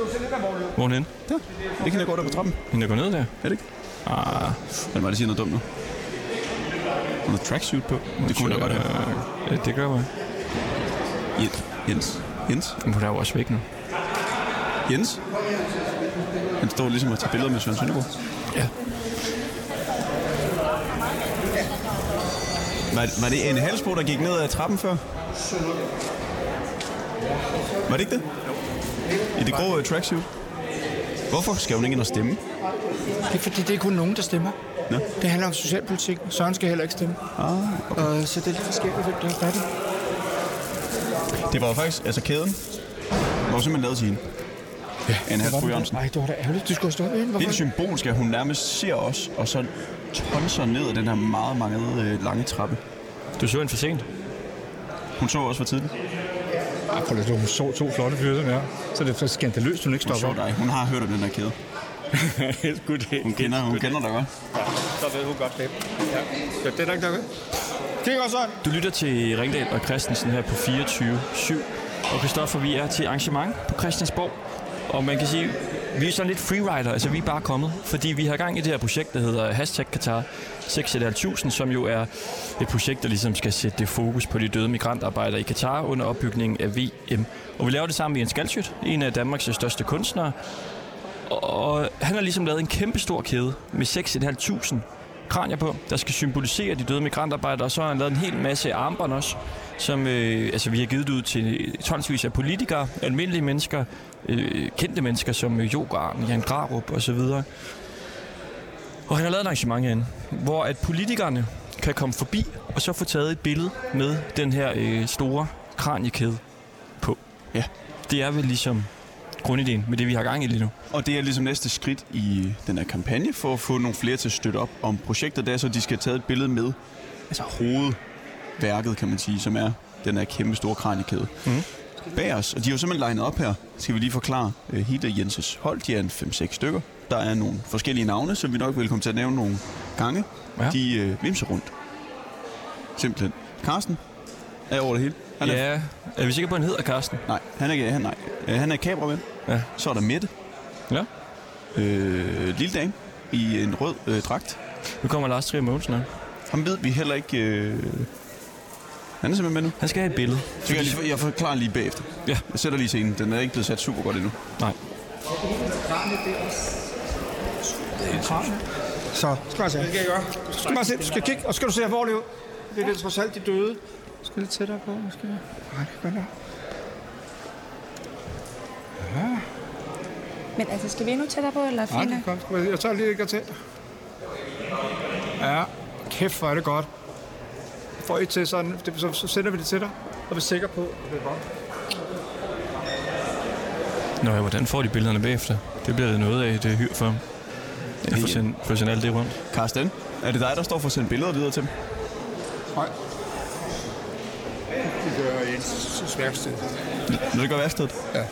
Hvor er hun henne? Der. Det kan jeg gå der på trappen. Hende, der går ned der? Er det ikke? Ah, Er det mig, der siger noget dumt nu? Hun har tracksuit på. Det kunne hun da godt have. Ja, Øh, det gør man. Jens. Jens. Jens. Men hun er jo også væk nu. Jens. Han står ligesom og tager billeder med Søren Søndergaard. Ja. Var, var det en halsbro, der gik ned ad trappen før? Var det ikke det? I det grå øh, tracksuit? Hvorfor skal hun ikke ind og stemme? Det er fordi, det er kun nogen, der stemmer. Nå. Det handler om socialpolitik. Søren skal heller ikke stemme. Ah, okay. Og så det er lidt forskelligt, hvem der er fat i. Det var jo faktisk, altså kæden var jo simpelthen lavet til hende. Ja, en halsbro Jørgensen. Nej, det var da ærgerligt. Du skulle have stået ind. Det er Hvorfor? symbolsk, at hun nærmest ser os, og så tonser ned ad den her meget mange øh, lange trappe. Du så hende for sent. Hun så også for tidligt. Ej, prøv lige, hun så to flotte fyre som jeg. Så er det så skandaløst, hun ikke Hun stopper. så dig. Hun har hørt om den her kæde. Helt godt. Hun kender, hun kender dig godt. Så ved hun godt det. Ja. Så det er nok nok. Kig også sådan. Du lytter til Ringdal og Christensen her på 24.7. Og Christoffer, vi er til arrangement på Christiansborg. Og man kan sige, vi er sådan lidt freerider, altså vi er bare kommet. Fordi vi har gang i det her projekt, der hedder Hashtag Qatar 6.500, som jo er et projekt, der ligesom skal sætte det fokus på de døde migrantarbejdere i Katar under opbygningen af VM. Og vi laver det sammen med Jens Galsjøt, en af Danmarks største kunstnere. Og han har ligesom lavet en kæmpe stor kæde med 6.500 kranier på, der skal symbolisere de døde migrantarbejdere. Og så har han lavet en hel masse armbånd også, som øh, altså, vi har givet ud til tonsvis af politikere, almindelige mennesker, øh, kendte mennesker som øh, Jogarn, Jan Grarup osv. Og han har lavet et arrangement herinde, hvor at politikerne kan komme forbi og så få taget et billede med den her øh, store kraniekæde på. Ja. Det er vel ligesom grundideen med det, vi har gang i lige nu. Og det er ligesom næste skridt i den her kampagne for at få nogle flere til at støtte op om projektet. Det er så, at de skal have taget et billede med altså hovedværket, kan man sige, som er den her kæmpe store kraniekæde. Mhm. Mm. Bag os, og de er jo simpelthen legnet op her, skal vi lige forklare. øh, Hita Jenses hold, de er en 5-6 stykker. Der er nogle forskellige navne, som vi nok vil komme til at nævne nogle gange. Ja. Ja. De øh, vimser rundt. Simpelthen. Carsten er over det hele. Han er, Ja, er vi sikre på, at han hedder Karsten? Nej, han er, ikke- han, nej. Øh, han er kameramand. Ja. Så er der Mette. Ja. øh, lille dame i en rød øh, dragt. Nu kommer Lars Trier Mogensen her. Ham ved vi heller ikke... Øh... Han er simpelthen med nu. Han skal have et billede. Så jeg, lige, jeg forklarer lige bagefter. Ja. Jeg sætter lige scenen. Den er ikke blevet sat super godt endnu. Nej. Så skal man se. Det kan jeg gøre. Skal man se. Du skal kigge, og skal du se alvorligt ud. Det er det, trods alt de døde. Skal lidt tættere på, måske. Nej, det gør det. Men altså, skal vi endnu tættere på, eller Nej, fint? det er godt. Skal vi- Jeg tager lige et til. Ja, kæft, hvor er det godt. Får I til sådan, det- så, så sender vi det til dig, og vi er sikre på, at det er godt. Nå ja, hvordan får de billederne bagefter? Det bliver det noget af, det er hyr for ham. Jeg får sendt, får sendt alt det rundt. Karsten, er det dig, der står for at sende billeder videre til dem? Nej. Det gør Jens værksted. Vil det gøre værstedet? Ja,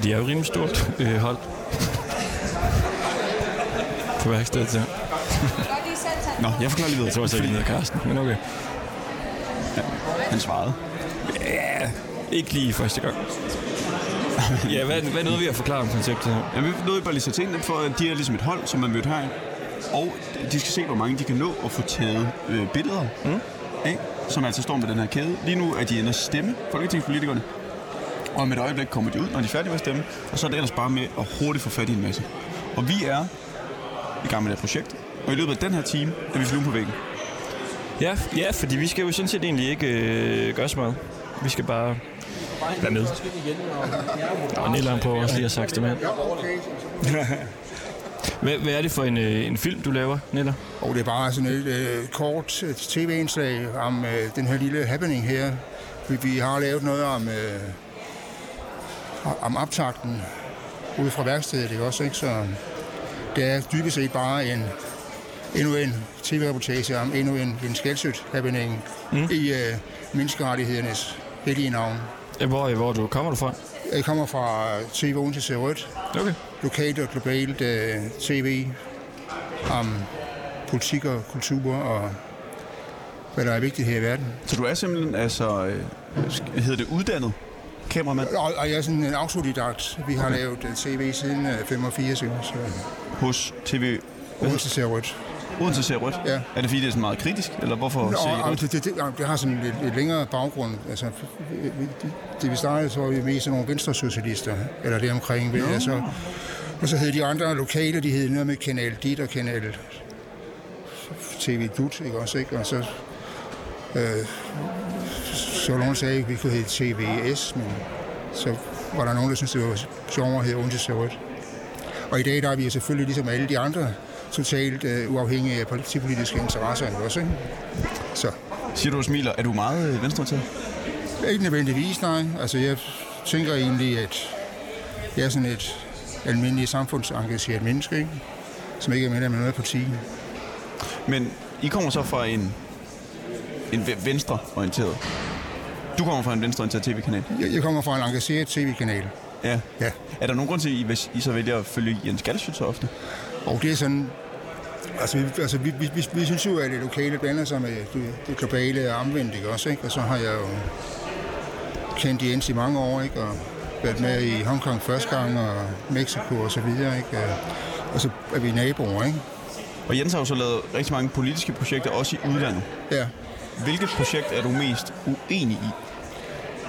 de er jo rimelig stort øh, hold. på værkstedet der. Nå, jeg forklarer lige videre. Jeg tror så ikke, han hedder Karsten, men okay. Han svarede. Ikke lige første gang. ja, hvad, hvad nåede vi at forklare om konceptet her? Jamen, vi nåede bare lige at sætte ind, for de er ligesom et hold, som man mødte her. Og de skal se, hvor mange de kan nå at få taget øh, billeder mm. af, som altså står med den her kæde. Lige nu er de inde at stemme, folketingspolitikerne. Og om et øjeblik kommer de ud, når de er færdige med at stemme. Og så er det ellers bare med at hurtigt få fat i en masse. Og vi er i gang med det her projekt. Og i løbet af den her time er vi flue på væggen. Ja, ja, fordi vi skal jo sådan set egentlig ikke øh, gøre så meget. Vi skal bare være med. Og Nilleren på også lige at sakse dem ind. hvad, hvad er det for en, øh, en film, du laver, Niller? Og det er bare sådan et øh, kort øh, tv-indslag om øh, den her lille happening her. Vi, vi har lavet noget om, øh, om optakten ude fra værkstedet, ikke også? Ikke? Så det er dybest set bare en, endnu en tv-reportage om endnu en, en skældsødt happening mm. i øh, menneskerettighedernes hellige navn. Ja, Hvor, øh, hvor du, kommer du fra? Jeg kommer fra TV Odense til Rødt, Okay. lokalt og globalt øh, tv om politik og kultur og hvad der er vigtigt her i verden. Så du er simpelthen, altså, øh, sk- hedder det uddannet kameramand? Og, og jeg er sådan en autodidakt. Vi har okay. lavet øh, tv siden øh, 85, ikke? så Hos TV... Odense ser rødt. Odense ser rødt? Ja. Er det fordi, det er sådan meget kritisk, eller hvorfor Nå, ser I Nå, rødt? det, det, det, jamen, det har sådan en lidt, lidt længere baggrund. Altså, vi- vi- det vi startede, så var vi mest sådan nogle venstresocialister, eller det omkring. Nå. Altså, og så hed de andre lokale, de hed noget med Kanal Dit og Kanal TV Dut, ikke også? Ikke? Og så, øh, så var nogen, der sagde, at vi kunne hedde TVS, men så var der nogen, der syntes, det var sjovere at hedde Odense Ser Rødt. Og i dag der er vi jo selvfølgelig ligesom alle de andre totalt øh, uafhængige af partipolitiske interesser ikke også, ikke? Så Siger du og smiler, er du meget øh, venstreorienteret? ikke nødvendigvis, nej. Altså jeg tænker egentlig, at jeg er sådan et almindeligt samfundsengageret menneske, ikke? som ikke er medlem af noget parti. Men I kommer så fra en, en ve- venstreorienteret. Du kommer fra en venstreorienteret tv-kanal. Jeg, jeg kommer fra en engageret tv-kanal, Ja. Ja. Er der nogen grund til, at I, hvis I så vælger at følge Jens Galsø så ofte? og det er sådan... Altså, vi, altså vi, vi, vi, vi synes jo, at det lokale blander sig med det, det globale og omvendt, ikke også? Ikke? Og så har jeg jo kendt Jens i mange år, ikke? Og været med i Hongkong første gang, og Mexico og så videre, ikke? Og- Og så er vi naboer, ikke? Og Jens har jo så lavet rigtig mange politiske projekter, også i udlandet. Ja. Hvilket projekt er du mest uenig i?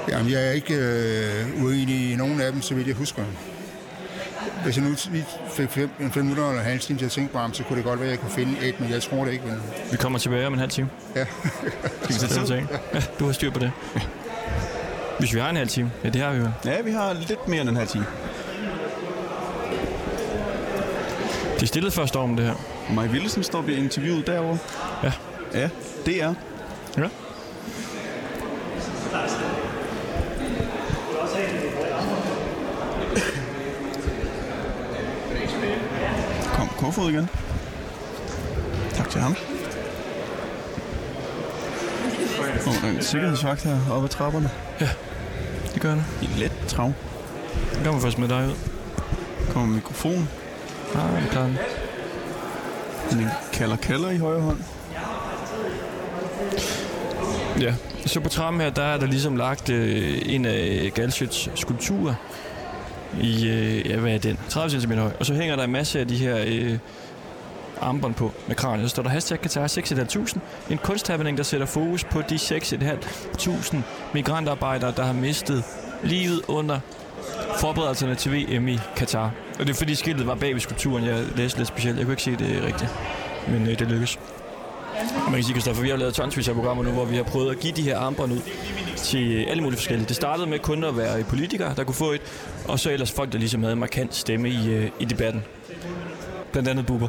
Jamen, jeg er ikke øh, uenig i nogen af dem, så vidt jeg husker. Hvis jeg nu lige fik fem, en fem minutter eller en halv time til at tænke mig om, så kunne det godt være, at jeg kunne finde et, men jeg tror det ikke. Men... Vi kommer tilbage om en halv time. Ja. Skal vi tage tid? Ja, du har styr på det. Hvis vi har en halv time. Ja, det har vi jo. Ja, vi har lidt mere end den her time. De stillede først om det her. Maja Willesen står og bliver interviewet derovre. Ja. Ja, det er. Ja. Kom, Kofod igen. Tak til ham. Og der er en sikkerhedsvagt her oppe ad trapperne. Det gør det. I let trav. Det kommer først med dig ud. Kommer mikrofon. Ah, det klarer den. En kalder kalder i højre hånd. Ja. Så på trappen her, der er der ligesom lagt øh, en af Galschiøts skulpturer i, øh, ja, hvad er den? 30 cm høj. Og så hænger der en masse af de her øh, armbånd på med kraniet. Så står der hashtag Katar 6.500. En kunsthappening, der sætter fokus på de 6.500 migrantarbejdere, der har mistet livet under forberedelserne til VM i Katar. Og det er fordi skiltet var bag ved skulpturen, jeg læste lidt specielt. Jeg kunne ikke se det rigtigt, men øh, det lykkedes. Man kan sige, Christoffer, vi har lavet tonsvis af programmer nu, hvor vi har prøvet at give de her armbånd ud til alle mulige forskellige. Det startede med kun at være politikere, der kunne få et, og så ellers folk, der ligesom havde en markant stemme i, øh, i debatten. Blandt andet Bubber.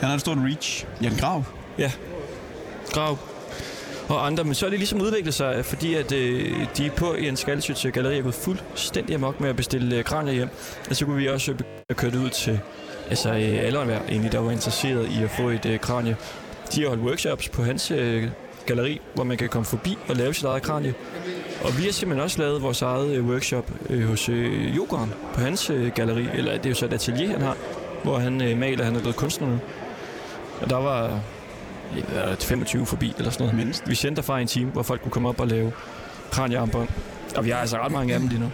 Han har et stort reach. Jan Grav. Ja. Grav og andre, men så er det ligesom udviklet sig, fordi at øh, de på i en skaldsøts galeri er gået fuldstændig amok med at bestille øh, kranier hjem. Og så kunne vi også øh, begynde at køre det ud til altså, øh, alle og enhver, egentlig, der var interesseret i at få et øh, kranie. De har holdt workshops på hans øh, galeri, hvor man kan komme forbi og lave sit eget kranie. Og vi har simpelthen også lavet vores eget øh, workshop øh, hos øh, Jokeren på hans øh, galeri, eller det er jo så et atelier, han har, hvor han øh, maler, han er blevet kunstner nu. Og der var ja, 25 forbi eller sådan noget. Mindst. Vi sendte derfra en time, hvor folk kunne komme op og lave kranjearmbånd. Og vi har altså ret mange af dem lige nu.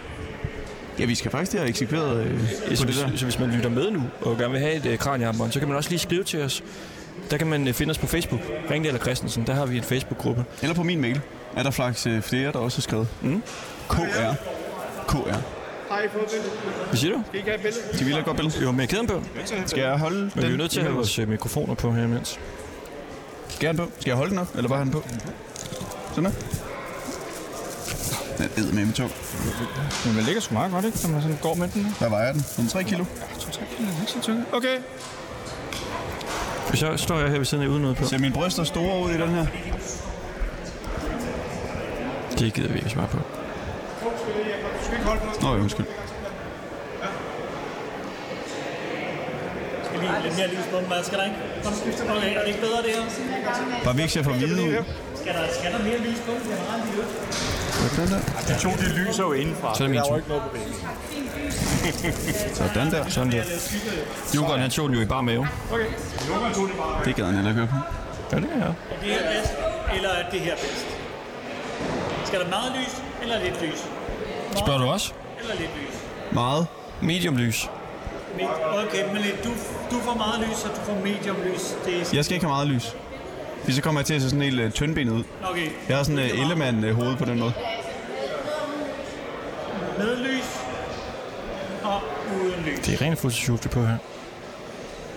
Ja, vi skal faktisk til at eksekvere øh, Så, på det der. hvis, så hvis man lytter med nu og gerne vil have et øh, kranjearmbånd, så kan man også lige skrive til os. Der kan man øh, finde os på Facebook. Ringdal eller Christensen, der har vi en Facebook-gruppe. Eller på min mail. Er der flaks øh, flere, der også har skrevet? Mm. KR. KR. Har I fået et billede? Hvad siger du? Skal I ikke have et billede? De vil have et godt billede. Jo, med kæden på. Skal jeg holde den? Men vi er jo nødt til at have vores øh, mikrofoner på her imens. Skal han på? Skal jeg holde den op, eller bare have den på? Sådan der. Den er eddermame tung. Men den ligger sgu meget godt, ikke? Når man sådan går med den. Hvad vejer den? Den er 3 kilo. Okay. Så står jeg her ved siden af uden noget på. Ser mine bryster store ud i den her? Det gider vi ikke svare på. Nå, jo, undskyld. Lige lidt mere lys på den, hvad skal der ikke? Kom, Okay, er det ikke bedre det her? Bare vi ikke ser for hvide ud. Skal der, skal der mere lys på den? Jeg har aldrig hørt. Sådan der. Så er det min tur. Sådan der. Sådan der. Jokeren, han tog den jo i bare mave. Det gad han heller ikke høre på. Ja, det er jeg. Er det her bedst? Eller er det her bedst? Skal der meget lys eller lidt lys? Spørger du også? Eller lidt lys? Meget. Medium lys. Med- Okay, men lidt- du, du får meget lys, og du får medium lys. Det er Jeg skal ikke have meget lys. Fordi så kommer jeg til at se sådan helt uh, tyndbenet ud. Okay. Jeg har sådan et uh, ellemand-hoved på den måde. med lys og uden lys. Det er rent fuldstændig på her.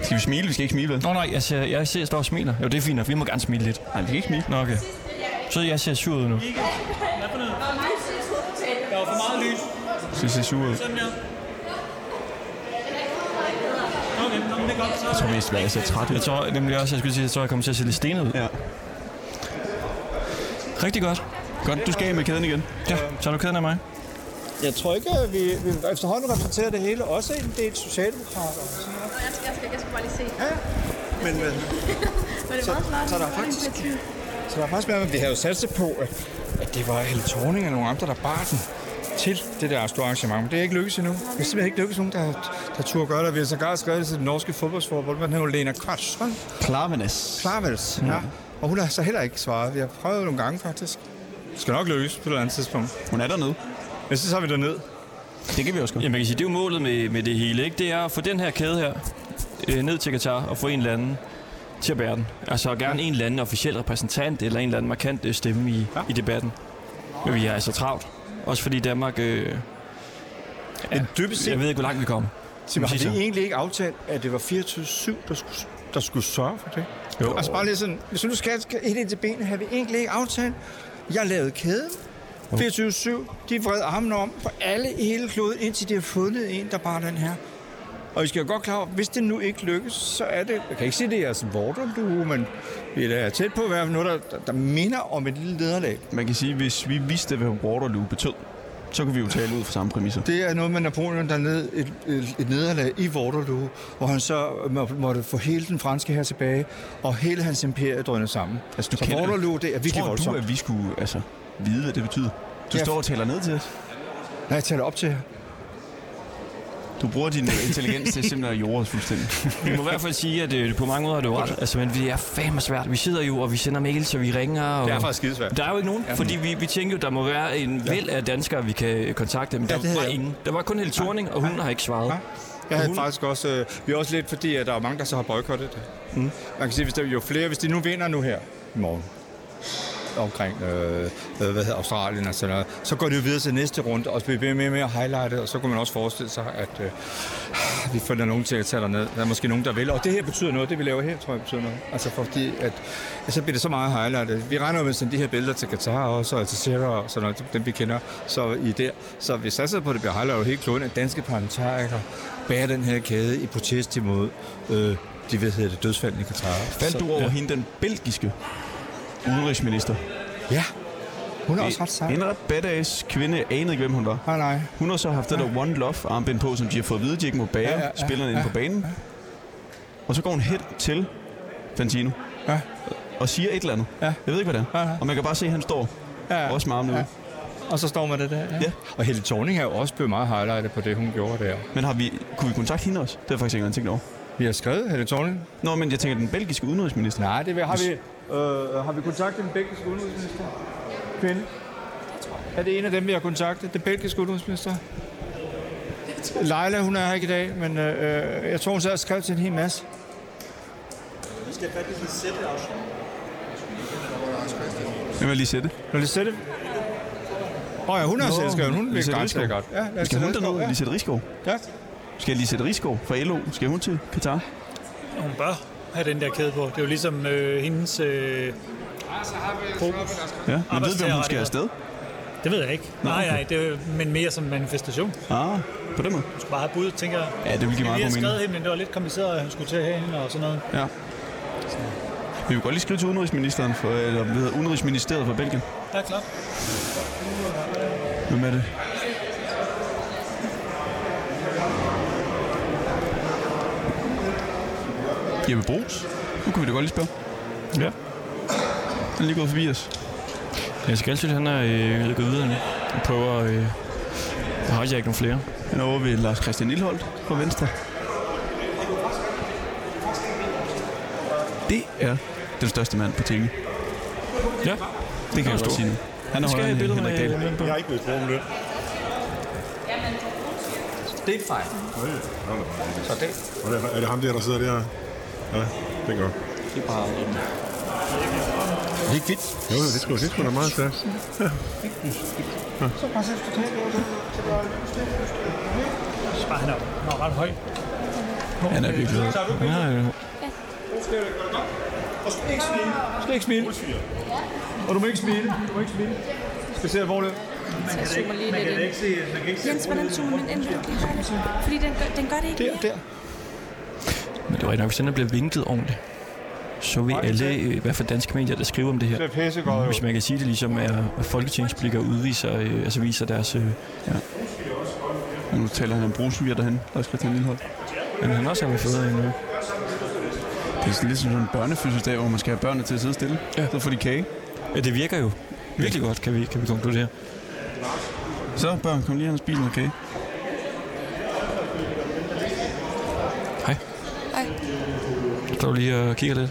Skal vi smile? Vi skal ikke smile, vel? Nå nej, jeg, ser, jeg, ser, jeg står og smiler. Jo, det er fint nok. Vi må gerne smile lidt. Nej, vi kan ikke smile. Nå, okay. Så jeg ser sur ud nu. Ikke? Hvad for noget? Der var for meget lys. Så det ser sur ud. Sådan der. Okay, nå, men det er godt. Så Jeg tror mest, at jeg ser træt Jeg ud. tror nemlig også, jeg skulle sige, at jeg tror, jeg kommer til at se lidt stenet ud. Ja. Rigtig godt. Godt, du skal af med kæden igen. Ja, så er du keden af mig. Jeg tror ikke, at vi, vi efterhånden repræsenterer det hele. Også en del socialdemokrater. Jeg skal, jeg skal, jeg skal bare lige se. Men, men øh, Var det meget flot? så der er faktisk- så der er faktisk mere, men vi havde jo satset på, at, at det var Helle Thorning eller nogle andre, der bar den til det der store arrangement. Men det er ikke lykkedes endnu. Det er simpelthen ikke lykkedes nogen, der, der turde gøre det. Vi har sågar skrevet det til den norske fodboldsforbund, men hun Lena Karlsson Klavenes. Klarvels. Ja. Og hun har så heller ikke svaret. Vi har prøvet nogle gange faktisk. Det skal nok løses på et eller andet tidspunkt. Hun er dernede. Men så tager vi derned. Det kan vi også godt. Jamen, man kan sige, det er jo målet med, med det hele, ikke? Det er at få den her kæde her øh, ned til Katar og få en eller anden til at bære den. Altså gerne en eller anden officiel repræsentant eller en eller anden markant øh, stemme i, ja. i debatten. Men vi er altså travlt. Også fordi Danmark... Øh, Men dybest set, jeg ved ikke, hvor langt vi kommer. Tim, har vi præcis. egentlig ikke aftalt, at det var 24-7, der skulle, der skulle sørge for det? Jo. Altså bare lige sådan, hvis du nu skal skal helt ind til benet, har vi egentlig ikke aftalt. Jeg lavede kæden. 24-7, de vred armen om på alle i hele kloden, indtil de har fundet en, der bare den her. Og I skal jo godt klare, hvis det nu ikke lykkes, så er det, jeg kan ikke sige, det er jeres vorterdue, men vi er da tæt på at være noget, der, der, der minder om et lille nederlag. Man kan sige, hvis vi vidste, hvad Waterloo betød, så kunne vi jo tale ud fra samme præmisser. Det er noget med Napoleon, der led et, et, et nederlag i Waterloo, hvor han så må, måtte få hele den franske her tilbage, og hele hans imperie drønede sammen. Altså, du så kender- Waterloo, det er virkelig Tror voldsomt. du, at vi skulle altså, vide, hvad det betyder? Du Ja. står og taler ned til os. Nej, jeg taler op til her. Du bruger din øh, intelligens til simpelthen at jorde os fuldstændig. Vi må i hvert fald sige, at øh, på mange måder har du ret. Altså, men vi er fandme svært. Vi sidder jo, og vi sender mails, og vi ringer. Og... Det er faktisk skidesvært. Der er jo ikke nogen, fordi vi, vi tænker jo, der må være en væld af danskere, vi kan øh, kontakte, men Ja, ja, det der havde var jeg. ingen. Der var kun Helle Thorning, og hun har ikke svaret. Jeg havde Hun- faktisk også... Øh, vi er også lidt, fordi at der er mange, der så har boykottet det. Mm. Man kan sige, hvis der, jo flere... Hvis de nu vinder nu her i morgen omkring øh, øh, hvad hedder Australien og sådan noget, så går det jo videre til næste runde, og så bliver vi mere og mere highlightet, og så kunne man også forestille sig, at øh, vi finder nogen til at tage derned. Der er måske nogen, der vil, og det her betyder noget, det vi laver her, tror jeg betyder noget. Altså fordi, at, at så bliver det så meget highlightet. Vi regner jo med at sende de her billeder til Katar også, og til Sierra og sådan noget, dem vi kender, så i der. Så vi satser på, at det bliver highlightet over hele kloden, at danske parlamentarikere bærer den her kæde i protest imod øh, de, hvad hedder det, dødsfald i Katar. Faldt du over ja. hende, den belgiske udenrigsminister? Ja, hun er også ret sej. En ret badass kvinde, jeg anede ikke, hvem hun var. Nej, nej. Hun har så haft det der One Love armbind på, som de har fået at vide, de ikke må bære ja, ja, ja, spillerne inde på banen. Og så går hun hen til Fantino Ja. og siger et eller andet. Ja. Jeg ved ikke, hvad det er. Ja, ja. Og man kan bare se, at han står Ja. også med armene ude. Og så står man det der. Ja. Og Helle Thorning er jo også blevet meget highlightet på det, hun gjorde der. Men har vi, kunne vi kontakte hende også? Det har jeg faktisk ikke engang tænkt over. Vi har skrevet Helle Thorning. Nå, men jeg tænker, den belgiske udenrigsminister. Nej, det har vi. Øh, har vi kontaktet den belgiske udenrigsminister? Kvinde? Er det en af dem, vi har kontaktet? Den belgiske udenrigsminister? Leila, hun er her ikke i dag, men øh, øh, jeg tror, hun sad og skrev til en hel masse. Hvem vil lige sætte? Når Lisette... Åh oh, ja, hun er selskabet. Hun vil Lisette grænse Risgaard. godt. Ja, lad os Skal tage hun Risgaard, derned? ja. Lisette Rigsgaard? Ja. Skal Lisette Rigsgaard fra LO? Skal hun til Katar? Hun bør have den der kæde på. Det er jo ligesom øh, hendes... Øh, Ja, men ved du, om hun skal Arbejdstagerrettigheder. afsted? det ved jeg ikke. Nå, Nej, okay. nej, det er, jo- men mere som manifestation. Ah, på den måde. Hun skulle bare have bud, tænker jeg. Ja, det ville give meget Vi har god mening. skrevet hende, men det var lidt kompliceret, at hun skulle til at have hende og sådan noget. Ja. Vi vil godt lige skrive til udenrigsministeren for, eller hvad hedder, udenrigsministeriet for Belgien. Ja, klart. Hvem er det? Jeppe Brugs? Nu kan vi da godt lige spørge. Ja. Han er lige gået forbi os. Jeg skal altid, han er øh, gået videre nu. Og prøver at... Øh, jeg har ikke nogen flere. Han er over ved Lars Christian Lilleholdt fra Venstre. Det er den største mand på tinge. Ja, Det kan jeg stor. godt sige nu. Han er Vi højere skal have end et billede med Henrik Dahl. Henrik Dahl. Jeg har ikke blevet spurgt om løn. Det er en fejl. Så det. Er det, er det ham der, der sidder der? Ja, det gør. Det er bare... øhm, Det er ikke vildt. Jo, det skulle det skulle da meget stærkt. Bare han er han er ret høj. Han er virkelig... Ja, øh, ja. Du skal ikke smile. Og du må ikke smile. Du må ikke smile. Specielt alvorligt. Jeg zoomer lige Man lidt kan da ind. ikke se, man kan ikke se. Jens, hvordan zoomer man ind? Fordi den gør, den gør det ikke Der, mere. der. Men det var ikke nok, hvis den er blevet vinklet ordentligt. Så vil alle, øh, hvad for danske medier, der skriver om det her. Det er pissegodt, jo. Hvis man kan sige det ligesom, at at folketingsblikker udviser, øh, altså viser deres... Øh, Nu taler han om brugsviger derhen, der er Christian Lillehold. men han også har været federe endnu. Det er sådan lidt som sådan en børnefødselsdag, hvor man skal have børnene til at sidde stille. Ja. Så får de kage. Ja, det virker jo virkelig godt, kan vi, kan vi konkludere. Så børn, kom lige hen og spis noget kage. Står du lige og kigger lidt.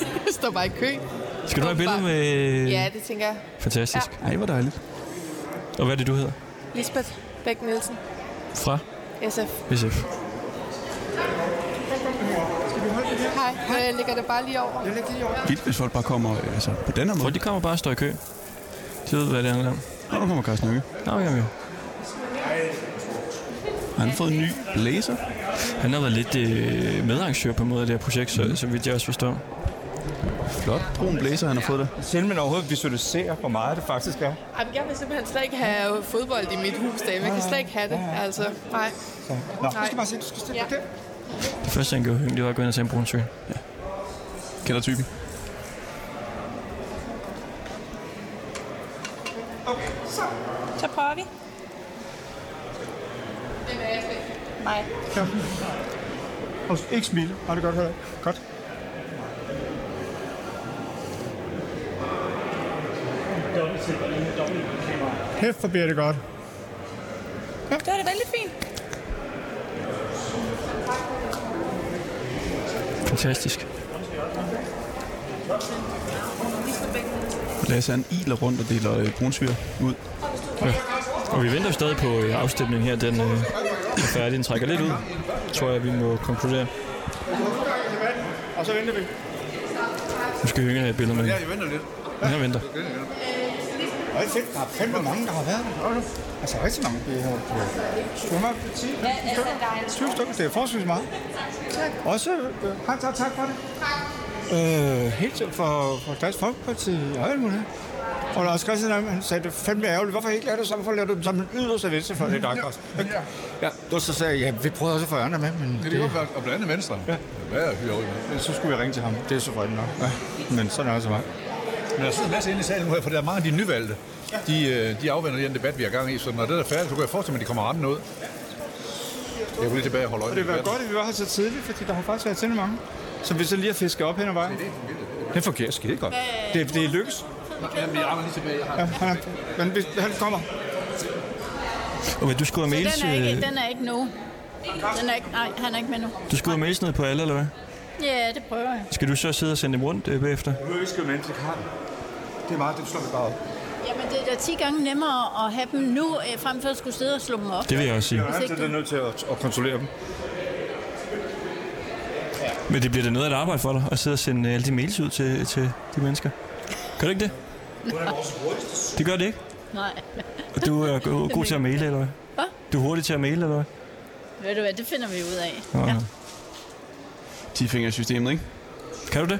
Jeg står bare i kø. Skal du have et billede med... Ja, det tænker jeg. Fantastisk. Ej, hvor dejligt. Og hvad er det, du hedder? Lisbeth Bæk Nielsen, Fra SF. SF. Hej, jeg lægger det bare lige over. Vildt, hvis folk bare kommer øh, altså, på den her Prøv, måde. de kommer bare og står i kø. De ved, hvad det handler om. Nå, nu kommer Carsten Lykke. Nå, jamen jo. Har han fået en ny blazer? Han har været lidt øh, medarrangør på en måde af det her projekt, så, så vidt jeg også forstår. Flot. Brun blazer, han har fået der. Selv man overhovedet visualiserer, hvor meget det faktisk er. Jamen, jeg vil simpelthen slet ikke have fodbold i mit hus derhjemme. Jeg kan slet ikke have det, altså. Nej. Nå, Nej. bare se, du skal stille Ja. dig der. Det første, han gjorde, det var at gå ind og tage en brun sø. Kender typen. Så prøver vi. Nej. Og ikke smile. Har det godt, Henrik? Godt. Dobbelt til, dobbelt kamera. Kæft, hvor bliver det godt. Det var det vældig fint. Fantastisk. Lasse, han iler rundt og deler øh, brunsviger ud. Og vi venter jo stadig på øh, afstemningen her. Den øh, er færdig. Den trækker lidt ud, tror jeg, vi må konkludere. Og så venter vi. Nu skal Hønge have et billede med. Ja, jeg venter lidt. Jeg venter. Og det er fedt. Der er fandme mange, der har været der. Hold nu. Altså rigtig mange. Det har svømmer 10 stykker. 20 stykker. Det altså, er forholdsvis meget. Tak. Også øh, tak, tak, tak for det. Øh, helt til for, for Dansk Folkeparti og alt muligt. Og Lars Christian, han sagde, det er fandme ærgerligt. Hvorfor har I ikke lavet det sammen? Hvorfor lavede du dem sammen med yderste venstre for det, der også? Ja, og så sagde jeg, ja, vi prøvede også at få andre med, men det, det godt, og blandt andet Venstre. Ja. Hvad er hyre ud med? så skulle jeg ringe til ham. Det er så frygteligt nok. Ja. Men sådan er det så meget. Men der sidder en masse inde i salen nu her, for der er mange af de nyvalgte. De, øh, de afvender den debat, vi har gang i, så når det er færdigt, så kan jeg forestille mig, at de kommer rammen ud. Jeg vil lige tilbage og holde øje Og det var godt, at vi var her så tidligt, fordi der har faktisk været temmelig mange, som vi så lige har fisket op hen ad vejen. Det fungerer skide godt. Det, det lykkes. Jamen, jeg rammer lige tilbage. Jeg har... Ja, han, er- men hvis- han kommer. Og men du skriver Så mails, den er, ikke, øh, den er ikke nu. Den er ikke, nej, han er ikke med nu. du skriver mails ned på alle, eller hvad? Ja, det prøver jeg. Skal du så sidde og sende dem rundt øh, bagefter? Nu ønsker man til Karl. Det er meget, det slår vi bare op. Jamen, det er da 10 gange nemmere at have dem nu, øh, frem for at skulle sidde og slå dem op. Det vil jeg også sige. Hvis ikke er nødt til at, at kontrollere dem. Men det bliver da noget af et arbejde for dig at sidde og sende øh, alle de mails ud til, til de mennesker. Gør det ikke det? Det gør det ikke. Nej. Og du er go- god til at maile, eller hvad? Hvad? Du er hurtig til at maile, eller hvad? Ved du hvad, det finder vi ud af. Nå, Ja. ja. 10 fingre i systemet, ikke? Kan du det?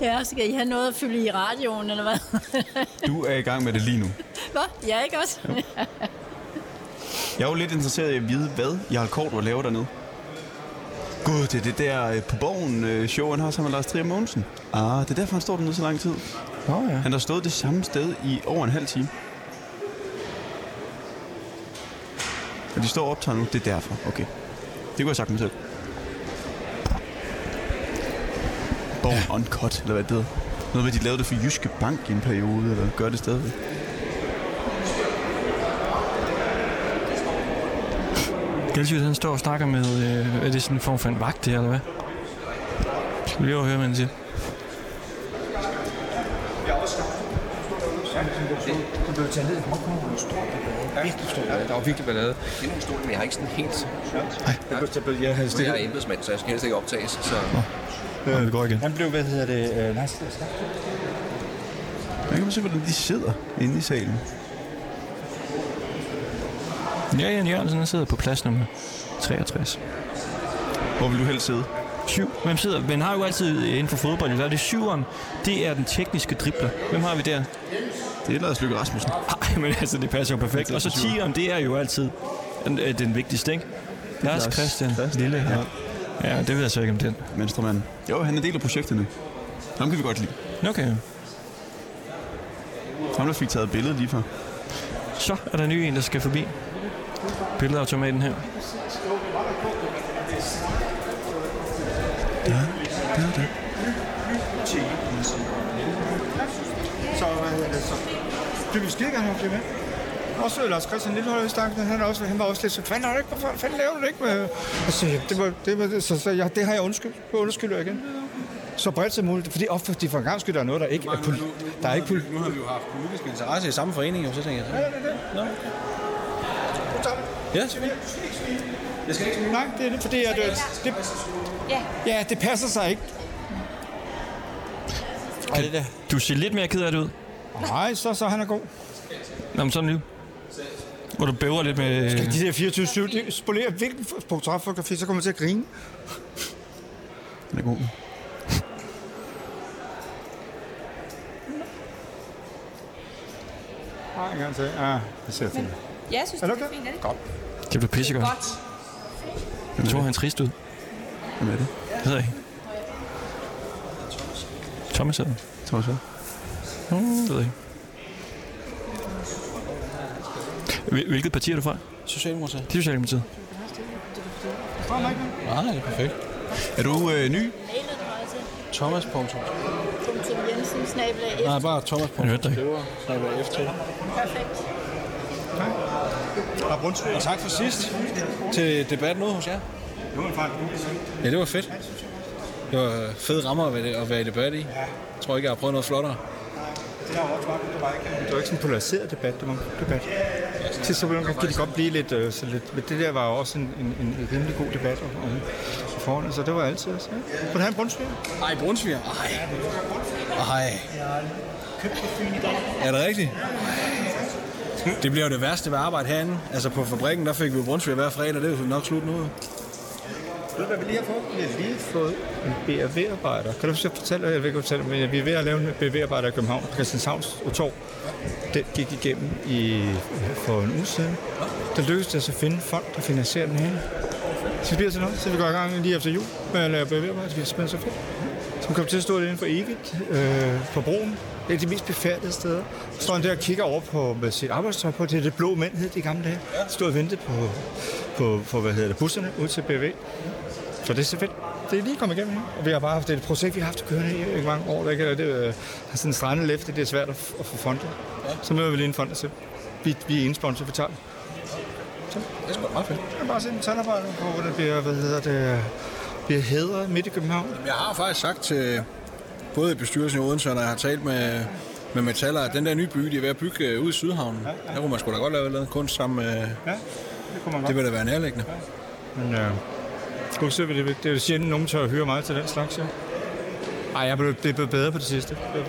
ja, skal I have noget at fylde i radioen, eller hvad? Du er i gang med det lige nu. Hvad? Ja, ikke også? Jeg er jo lidt interesseret i at vide, hvad Jarl Kordua laver dernede. Gud, det er det der øh, på bogen øh, show, han har sammen med Lars Trier Mogensen. Ah, det er derfor, han står dernede så lang tid. Nå ja. Han har stået det samme sted i over en halv time. Og de står og optager nu, det er derfor. Okay. Det kunne jeg sagtens selv. Born ja. Uncut, eller hvad det hedder. Noget med, at de lavede det for Jyske Bank i en periode, eller gør det stadigvæk. Gældsjød, han står og snakker med, øh, er det sådan en form for en vagt, det her, eller hvad? Skal vi lige overhøre, hvad han siger? Det blev taget ned i Hongkong, hvor der var stort ballade. Virkelig stort Ja, der var virkelig ballade. Det er nogle store, men jeg har ikke sådan helt... Nej, jeg havde stillet. Jeg er embedsmand, så jeg skal helst ikke optages. Så... Ja, det går igen. Han blev, hvad hedder det, øh, nej, slet- slet- Der kan man se, hvordan de sidder inde i salen. Ja, Jan Jørgensen han sidder på plads nummer 63. Hvor vil du helst sidde? Syv. Hvem sidder? Men har jo altid øh, inden for fodbold, der er det syveren. Det er den tekniske dribler. Hvem har vi der? Det er Lars Løkke Rasmussen. Nej, men altså, det passer jo perfekt. Og så tieren, det er jo altid den, øh, den vigtigste, ikke? Lars Lars Christian Lille. Ja. ja, det ved jeg så ikke om den. Venstremanden. Jo, han er del af projektet nu. Ham kan vi godt lide. Okay. Ham, der fik taget billedet lige før. Så er der ny en, der skal forbi. Billedautomaten her. Ja, det er det. Så hvad hedder det så? Det vi skal ikke have med. Og så Lars Christian Lillehold i stanken, han, er også, han var også lidt så, fanden har du ikke, hvorfor fanden laver du det ikke med? Og så, det, var, det, var, så, så jeg, det har jeg undskyldt, det undskylder jeg igen. Så bredt som muligt, fordi ofte de for en gang skyld, der er noget, der ikke er, poli- der er ikke poli- Nu har vi jo haft politisk interesse i samme forening, og så tænker jeg... Ja, det er det. Nå. Ja. Jeg skal ikke smile. Nej, det er det, fordi at, øh, det, Ja. ja, det passer sig ikke. Kan, du ser lidt mere ked af det ud. Nej, så, så han er god. Nå, men sådan lige. Hvor du bæver lidt med... øh, Skal de der 24-7, de spolerer hvilken portrætfotografi, så kommer man til at grine. Den er god. Nej, en gang til. Ja, det ser fint. Ja, jeg synes, Er det du er okay? fint, er det? ikke? Godt. Det blev pissegodt. Godt. Jeg tror, han trist ud. Hvem er det? Det ved jeg ikke. Thomas hedder han. Thomas hvad? Hmm, det ved jeg ikke. Hvil- Hvilket parti er du fra? Socialdemokratiet. Det er Socialdemokratiet. Nej, det er perfekt. Er du øh, ny? Mailet mig til. Thomas Ponto. Punktum Jensen, snabel Nej, bare Thomas Ponto. Jeg hørte dig ikke. Skriver, snakker efter. Perfekt. Og tak for sidst til debatten ude hos jer. Ja, det var fedt. Det var øh, fede rammer at være- at være i debat i. Jeg tror ikke, jeg har prøvet noget flottere. Det var ikke sådan en polariseret debat, det var en god debat. Til så kan det godt blive lidt, øh, så lidt, men det der var også en, en, en rimelig god debat om, om forholdene, så det var altid også. Ja. Vil du have en brunsviger? Ej, brunsviger? Ej. Ej. Er det rigtigt? Det bliver jo det værste ved at arbejde herinde. Altså på fabrikken, der fik vi jo brunsviger hver fredag. Det er jo nok slut nu. Ved du, hvad vi lige har fået? Vi har lige fået en BRV-arbejder. Kan du så fortælle, jeg vil ikke fortælle, men vi er ved at lave en BRV-arbejder i København på Christianshavns og Torv. Den gik igennem i, for en uge siden. Der lykkedes det os at finde folk, der finansierer den her. Så det bliver til noget, så vi går i gang lige efter jul med at lave BRV-arbejder. Det bliver simpelthen så fedt. Som kommer til at stå derinde for evigt øh, på broen. Det er de mest befærdede steder. Så står han der og kigger over på med sit arbejdstøj på. Det er det blå mænd, hed de i gamle dage. Stod og ventede på, på, på hvad hedder det, busserne ud til BV. Så det er så fedt. Det er lige kommet igennem her. Og vi har bare haft det er et projekt, vi har haft kørende i øh, mange år. Der ikke, og det øh, har sådan en strandet læfte, det er svært at, f- at få fondet. Så møder vi lige en fond, så vi, vi er en sponsor, vi tager det. Det er sgu da meget fedt. Jeg kan bare se en tandarbejder, hvor det bliver, hvad hedder det, bliver hedret midt i København. Jeg har faktisk sagt til både bestyrelsen i Odense, og når jeg har talt med, med metaller, at den der nye by, de er ved at bygge øh, ude i Sydhavnen, der kunne man sgu da godt lave noget kunst sammen med... Ja, det kunne man Det ville da være nærliggende. Men øh, skulle ikke se, hvad det, det er jo sjældent, nogen tør at hyre mig til den slags, ja. Ej, jeg blev, det er blevet bedre på det sidste. Det,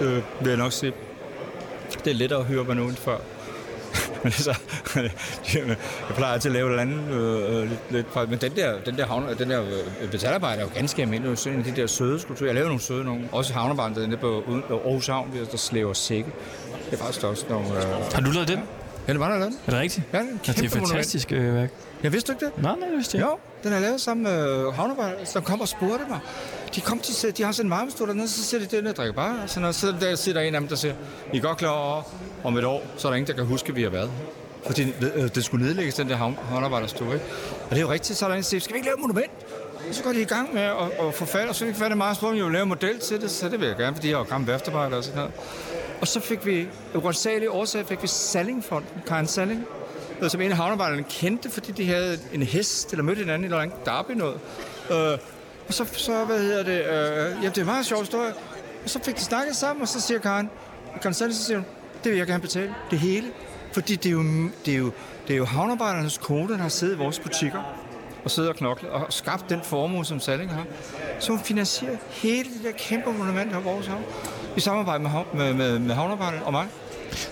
det Øh, vil jeg nok sige. Det er lettere at hyre mig nu end før. men så, jeg plejer altid at lave et eller andet øh, øh, lidt, lidt, men den der, den der, havne, den der øh, metalarbejder er jo ganske almindelig. Det er jo sådan en af de der søde skulpturer. Jeg laver nogle søde nogle. Også havnebarnet der nede på uden- Aarhus Havn, der slæver sække. Det er faktisk også nogle... Øh... Har du lavet den? Ja, det var der lavet den. Er det rigtigt? Ja, det er en Ja, det er et kæmpe monument. fantastisk øh, værk. Jeg vidste du ikke det? Nej, nej, jeg vidste det Jo, den er lavet sammen med havnebejder, som kom og spurgte mig. De, kom, de, sagde- de har sådan en varmestol dernede, så sidder de dernede og drikker bare. Og sådan noget. Så der sidder en af dem, der siger, I er godt klar over, om et år, så er der ingen, der kan huske, at vi har været her." fordi øh, det skulle nedlægges, den der havn- håndarbejderstue, ikke? Og det er jo rigtigt, så er der en, der siger, skal vi ikke lave et monument? Og Så går de i gang med at, at forfalde, og så fik vi det meget spurgt, om jeg ville lave en model til det, så det vil jeg gerne, fordi jeg er jo gammel værftarbejder og sådan noget. Og så fik vi, af uansagelige årsager, fik vi Sallingfonden, Karen Salling, øh, som en af havnearbejderne kendte, fordi de havde en hest, eller mødte hinanden i noget derby noget. Øh, og så, så, hvad hedder det, øh, jamen det er en meget sjov historie. Og så fik de snakket sammen, og så siger Karen, Constantin, så siger hun, det vil jeg gerne betale, det hele. Fordi det er jo, det er jo, det er jo havnarbejdernes kone, der har siddet i vores butikker og siddet og knoklet og skabt den formue, som Salling har. Så hun finansierer hele det der kæmpe monument af vores havn i samarbejde med, hav- med, med, med havnearbejderne og mig.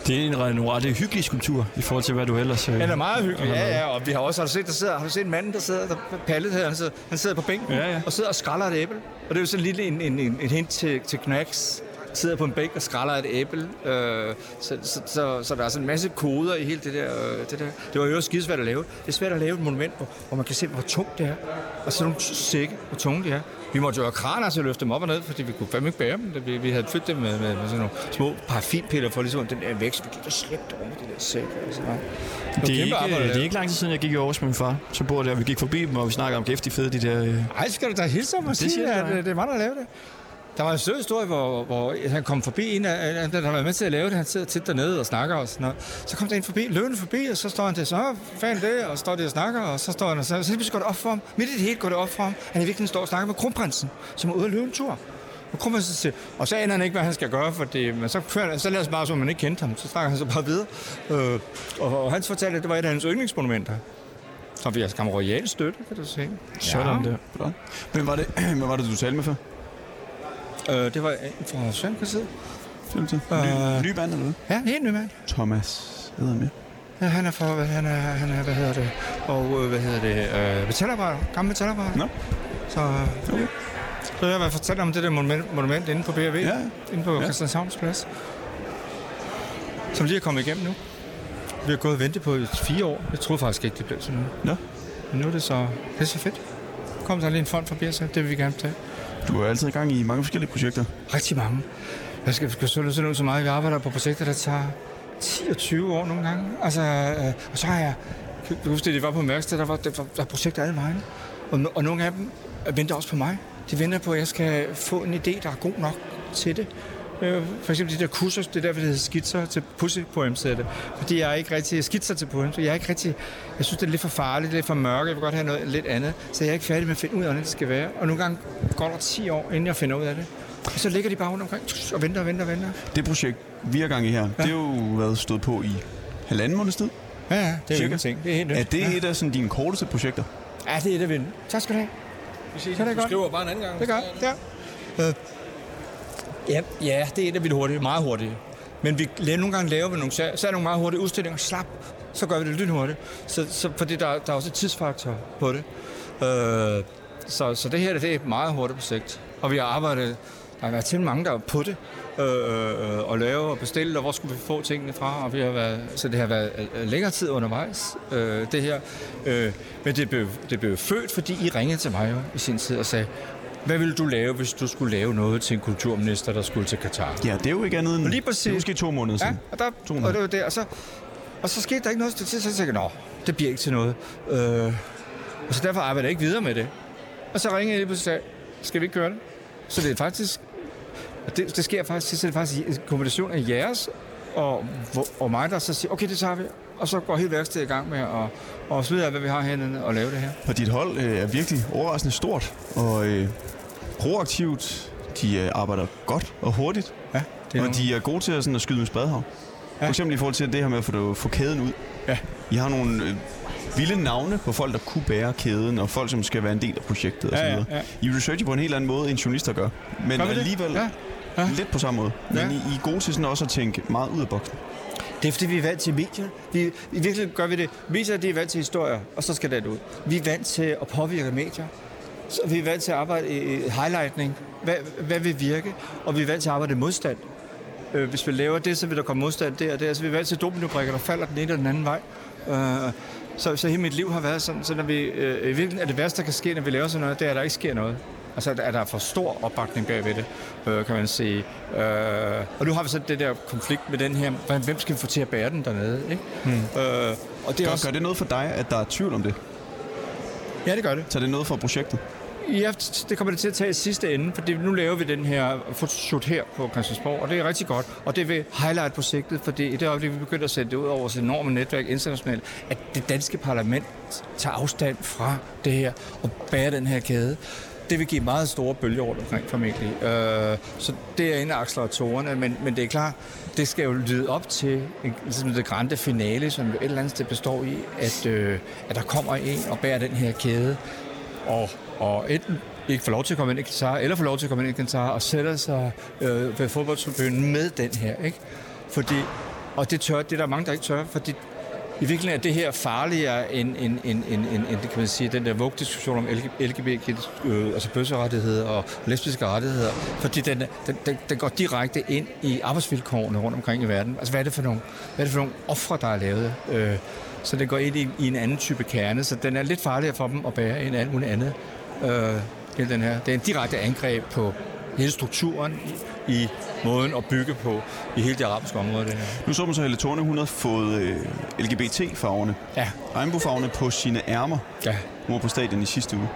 Det er en ret en ret hyggelig skulptur i forhold til, hvad du ellers... øh, Den er meget hyggelig. har Ja, lavet. ja, og vi har også har du set, der sidder, har du set manden, der sidder, der pallet her, han sidder, han sidder på bænken ja, ja. og sidder og skræller et æble. Og det er jo sådan en lille en, en, en, en hint til, til Knacks sidder på en bænk og skræller et æble. Øh, så, så, så, så, der er sådan en masse koder i hele det der. Øh, det, der. det var jo også skidesvært at lave. Det er svært at lave et monument, hvor, hvor man kan se, hvor tungt det er. Og sådan nogle sække, hvor tunge de er. Vi måtte jo have kraner til at løfte dem op og ned, fordi vi kunne fandme ikke bære dem. Da Vi, vi havde fyldt dem med, med, med sådan nogle små parafinpiller for ligesom den der vækst. Vi gik og slæbte over de der sække. Altså, nej. Det var Det er, kæmpe ikke, arbejde at det er lave. ikke lang tid siden, jeg gik i Aarhus med min far. Så bor der, og vi gik forbi dem, og vi snakkede om kæft, de fede, de der... øh, Ej, skal du da hilse ham og Det sige, siger jeg at da. øh, det er mig, der lavede det. Der var en sød historie, hvor, hvor han kom forbi en, af- af- der har været med til at lave det. Han sidder tit dernede og snakker og sådan noget. Så kom der en forbi, løbende forbi, og så står han der, så "Åh, fanden det, og står der og snakker, og så står han og så, så lige går det op for ham. Midt i det hele går det op for ham. Han er virkelig står og snakker med kronprinsen, som er ude at løbe en tur. Og kronprinsen siger, og så aner han ikke, hvad han skal gøre, for det, men så, kører, så lader det bare, som om man ikke kendte ham. Så snakker han så bare videre. Øh, og, og, hans fortalte, at det var et af hans yndlingsmonumenter. Så vi har skam royal støtte, kan du se. Sådan der. Hvem var det, hvem var det du talte med før? Øh, det var en fra Sømkasset. Øh. Ny, ny mand, eller hvad? Ja, en helt ny mand. Thomas hedder han, ja. Ja, han er fra, hvad, han er, han er, hvad hedder det, og øh, hvad hedder det, øh, metalarbejder, gammel metalarbejder. Nå. Så, øh, okay. så jeg har fortalt om det der monument, monument inde på BRV, ja. inde på ja. Christianshavns Plads, som lige er kommet igennem nu. Vi har gået og ventet på i fire år. Jeg troede faktisk ikke, det blev sådan nu. Nå. Men nu er det så, det er så fedt. Kom der lige en fond forbi os, det vil vi gerne tage. Du er altid i gang i mange forskellige projekter. Rigtig mange. Jeg skal, skal sådan noget så meget. Vi arbejder på projekter, der tager 10 og 20 år nogle gange. Altså, øh, og så har jeg... Kan du huske, det var på en værksted, der var, der var, der var projekter alle vegne. Og, no- og nogle af dem venter også på mig. De venter på, at jeg skal få en idé, der er god nok til det. Øh, for eksempel de der kurser, det er derfor, det hedder skitser til pussy poems, hedder det. Fordi jeg er ikke rigtig skitser til poems, jeg er ikke rigtig, jeg synes, det er lidt for farligt, lidt for mørke, jeg vil godt have noget lidt andet, så jeg er ikke færdig med at finde ud af, hvordan det skal være. Og nogle gange går der 10 år, inden jeg finder ud af det. Og så ligger de bare rundt omkring og venter og venter og venter. Det projekt, vi er gang i her, ja. det har jo været stået på i halvanden måneds tid. Ja, ja, det er Cirka. ingenting. Det er helt nyt. Er det Ja. ja. et af sådan, dine korteste projekter? Ja, det er det, vi Tak skal du have. ses. Så er det Du godt. skriver bare en anden gang. Det er godt, ja. Øh, Ja, ja, det er et af vildt hurtige. Meget hurtige. Men vi laver nogle gange laver vi nogle, så så er der nogle meget hurtige udstillinger. Slap, så gør vi det lynhurtigt. Så, så, fordi der, der er også et tidsfaktor på det. Øh, så, så det her det er et meget hurtigt projekt. Og vi har arbejdet, der har været til mange, der er på det. Øh, øh, og lave og bestille, og hvor skulle vi få tingene fra. Og vi har været, så det har været øh, længere tid undervejs, øh, det her. Øh, men det blev, det blev født, fordi I ringede til mig jo, i sin tid og sagde, hvad ville du lave, hvis du skulle lave noget til en kulturminister, der skulle til Katar? Ja, det er jo ikke andet end... Og lige præcis. Det er måske to måneder siden. Ja, og, der, To og det var det, og så, og så skete der ikke noget et stykke tid, så tænkte jeg, nå, det bliver ikke til noget. Øh, og så derfor arbejder jeg ikke videre med det. Og så ringede jeg lige pludselig og sagde, skal vi ikke gøre det? Så det er faktisk, og det, det sker faktisk tit, så det er faktisk en kombination af jeres og, hvor- og mig, der så siger, okay, det tager vi. Og så går hele værkstedet i gang med at, at slide af, hvad vi har hernede og lave det her. Og dit hold øh, er virkelig overraskende stort og øh, proaktivt. De øh, arbejder godt og hurtigt. Ja, det er og de er gode til at, sådan, at skyde med spadehav. Ja. For eksempel i forhold til det her med at få, få kæden ud. Ja. I har nogle øh, vilde navne på folk, der kunne bære kæden, og folk, som skal være en del af projektet. og Ja, så ja, videre. I researcher på en helt anden måde, end journalister gør. Men Gør vi det? alligevel Ja. Ja. lidt på samme måde. Men Ja. I, I er gode til sådan også at tænke meget ud af boksen. Det er fordi, vi er vant til medier. Vi, I virkeligheden gør vi det. Medier, de er vant til historier, og så skal det ud. Vi er vant til at påvirke medier. Så vi er vant til at arbejde i highlightning. Hvad, hvad vil virke? Og vi er vant til at arbejde i modstand. Øh, hvis vi laver det, så vil der komme modstand der og der. Så vi er vant til dominobrikker, der falder den ene og den anden vej. Øh, så, så hele mit liv har været sådan, så når vi, øh, i virkeligheden er det værste, der kan ske, når vi laver sådan noget, det er, at der ikke sker noget. Altså, at der er for stor opbakning bagved det, øh, kan man sige. Øh, og nu har vi så det der konflikt med den her, hvordan- hvem skal vi få til at bære den dernede, ikke? Hmm. Øh, og det er gør, også- gør det noget for dig, at der er tvivl om det? Ja, det gør det. Så er det noget for projektet? Ja, det kommer det til at tage i sidste ende, for det, nu laver vi den her fotoshoot her på Christiansborg, og det er rigtig godt. Og det vil highlight projektet, for det, i det øjeblik, vi begynder at sætte det ud over vores enorme netværk internationalt, at det danske parlament tager afstand fra det her og bærer den her kæde, det vil give meget store bølger rundt omkring formentlig. Øh, så det er en af acceleratorerne, men, men det er klart, det skal jo lyde op til en- ligesom det grande finale, som jo et eller andet sted består i, at, øh, at der kommer en og bærer den her kæde, og, og enten ikke får lov til at komme ind i Qatar, eller får lov til at komme ind i Qatar og sætter sig øh, ved fodboldtribunen med den her. Ikke? Fordi, og det tør, det er der mange, der ikke tør, fordi i virkeligheden er det her farligere end, end, end, end, end, end det kan man sige, den der vugdiskussion om LGBT, øh, altså bøsserettigheder og lesbiske rettigheder, fordi den, den, den, den, går direkte ind i arbejdsvilkårene rundt omkring i verden. Altså hvad er det for nogle, hvad er det for nogle ofre, der er lavet? Øh, så den går ind i, i en anden type kerne, så den er lidt farligere for dem at bære end alt muligt andet. Øh, hele den her. Det er en direkte angreb på hele strukturen i, i måden at bygge på i hele det arabiske område. Det her. Nu så man så, at Helle Thorne, hun havde fået øh, LGBT-farverne, ja. regnbuefarverne på sine ærmer. Ja. Hun var på stadion i sidste uge.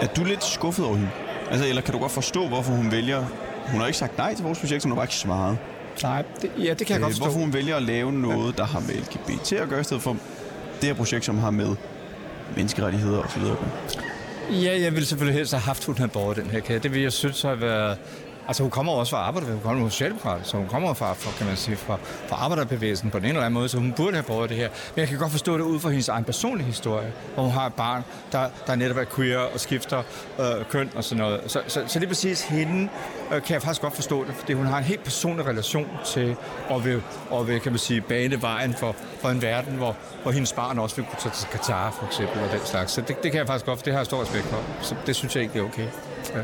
Er du lidt skuffet over hende? Altså, eller kan du godt forstå, hvorfor hun vælger... Hun har ikke sagt nej til vores projekt, hun har bare ikke svaret. Øh, Nej, det, ja, det kan jeg godt forstå. Hvorfor hun vælger at lave noget, der har med LGBT at gøre, i stedet for det her projekt, som har med menneskerettigheder osv. at gøre. Ja, jeg ville selvfølgelig helst have haft, hun havde båret den her kæde. Det ville jeg synes har været... Altså, hun kommer også fra arbejder, hun kommer fra socialdemokrat, så hun kommer fra, fra, kan man sige, fra, fra arbejderbevægelsen på den ene eller anden måde, så hun burde have båret det her. Men jeg kan godt forstå det ud fra hendes egen personlige historie, hvor hun har et barn, der, der netop er queer og skifter øh, køn og sådan noget. Så, så, så lige præcis hende øh, kan jeg faktisk godt forstå det, fordi hun har en helt personlig relation til, og vil, og vil kan man sige, bane vejen for, for en verden, hvor, hvor hendes barn også vil kunne tage til Katar for eksempel og den slags. Så det, det kan jeg faktisk godt, det har jeg stor respekt for. Så det synes jeg ikke er okay. Ja.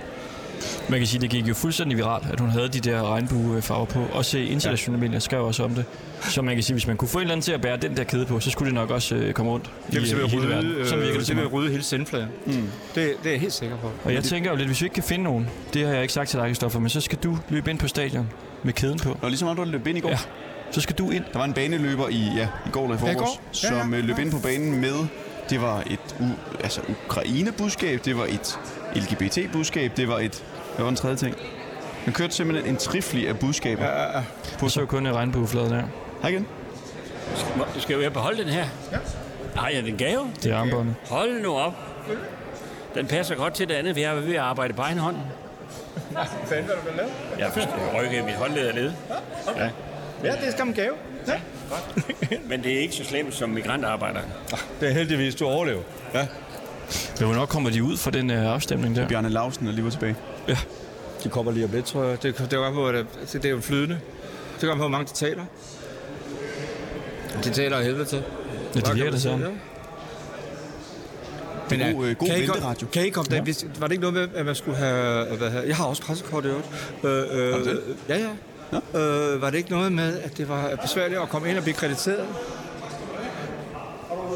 Man kan sige, det gik jo fuldstændig viralt, at hun havde de der regnbuefarver på. Også øh, internationale medier skrev også om det. Så man kan sige, hvis man kunne få en eller anden til at bære den der kæde på, så skulle det nok også øh, komme rundt i, øh, i hele verden. Sådan virker det, til mig. rydde hele sendfladen. Mm. Det, det er jeg helt sikker på. Og jeg tænker jo lidt, hvis vi ikke kan finde nogen, det har jeg ikke sagt til dig, Kristoffer, men så skal du løbe ind på stadion med kæden på. Og ligesom du løb ind i går. Ja. Så skal du ind. Der var en baneløber i, ja, i går eller i Ja, i går. forgårs, Ja, ja, som ja, løb ind på banen med, det var et u- altså Ukraine-budskab, det var et LGBT-budskab, det var et, hvad var den tredje ting? Han kørte simpelthen en trifli af budskaber. Ja, ja, ja. På så kun en regnbueflade der. Hej igen. Du skal jo jeg beholde den her? Ja. Ej, er det en gave? Det er armbåndet. Hold nu op. Den passer godt til det andet, for jeg er ved at arbejde på egen hånd. Fanden, hvad du vil lave? Jeg skal rykke mit håndled ned. Ja. Ja, det er skam en gave. Ja. Men det er ikke så slemt som migrantarbejder. Det er heldigvis, du overlever. Ja. Men hvornår kommer de ud fra den øh, afstemning der? Bjarne Lausen er lige var tilbage. Ja. De kommer lige om lidt, tror jeg. Det, det, er, på, at det, det er jo flydende. Det kommer på, hvor mange de taler. De taler af helvede til. Ja, det Hvad virker kan det man sådan. sige, Men, God, øh, øh, god kan I ikke- venteradio. Kan I ikke komme ja. hvis, Var det ikke noget med, at man skulle have... øh, Hvad, her- jeg har også pressekort i øvrigt. Øh, øh, øh, ja, ja. Øh, var det ikke noget med, at det var besværligt at komme ind og blive krediteret?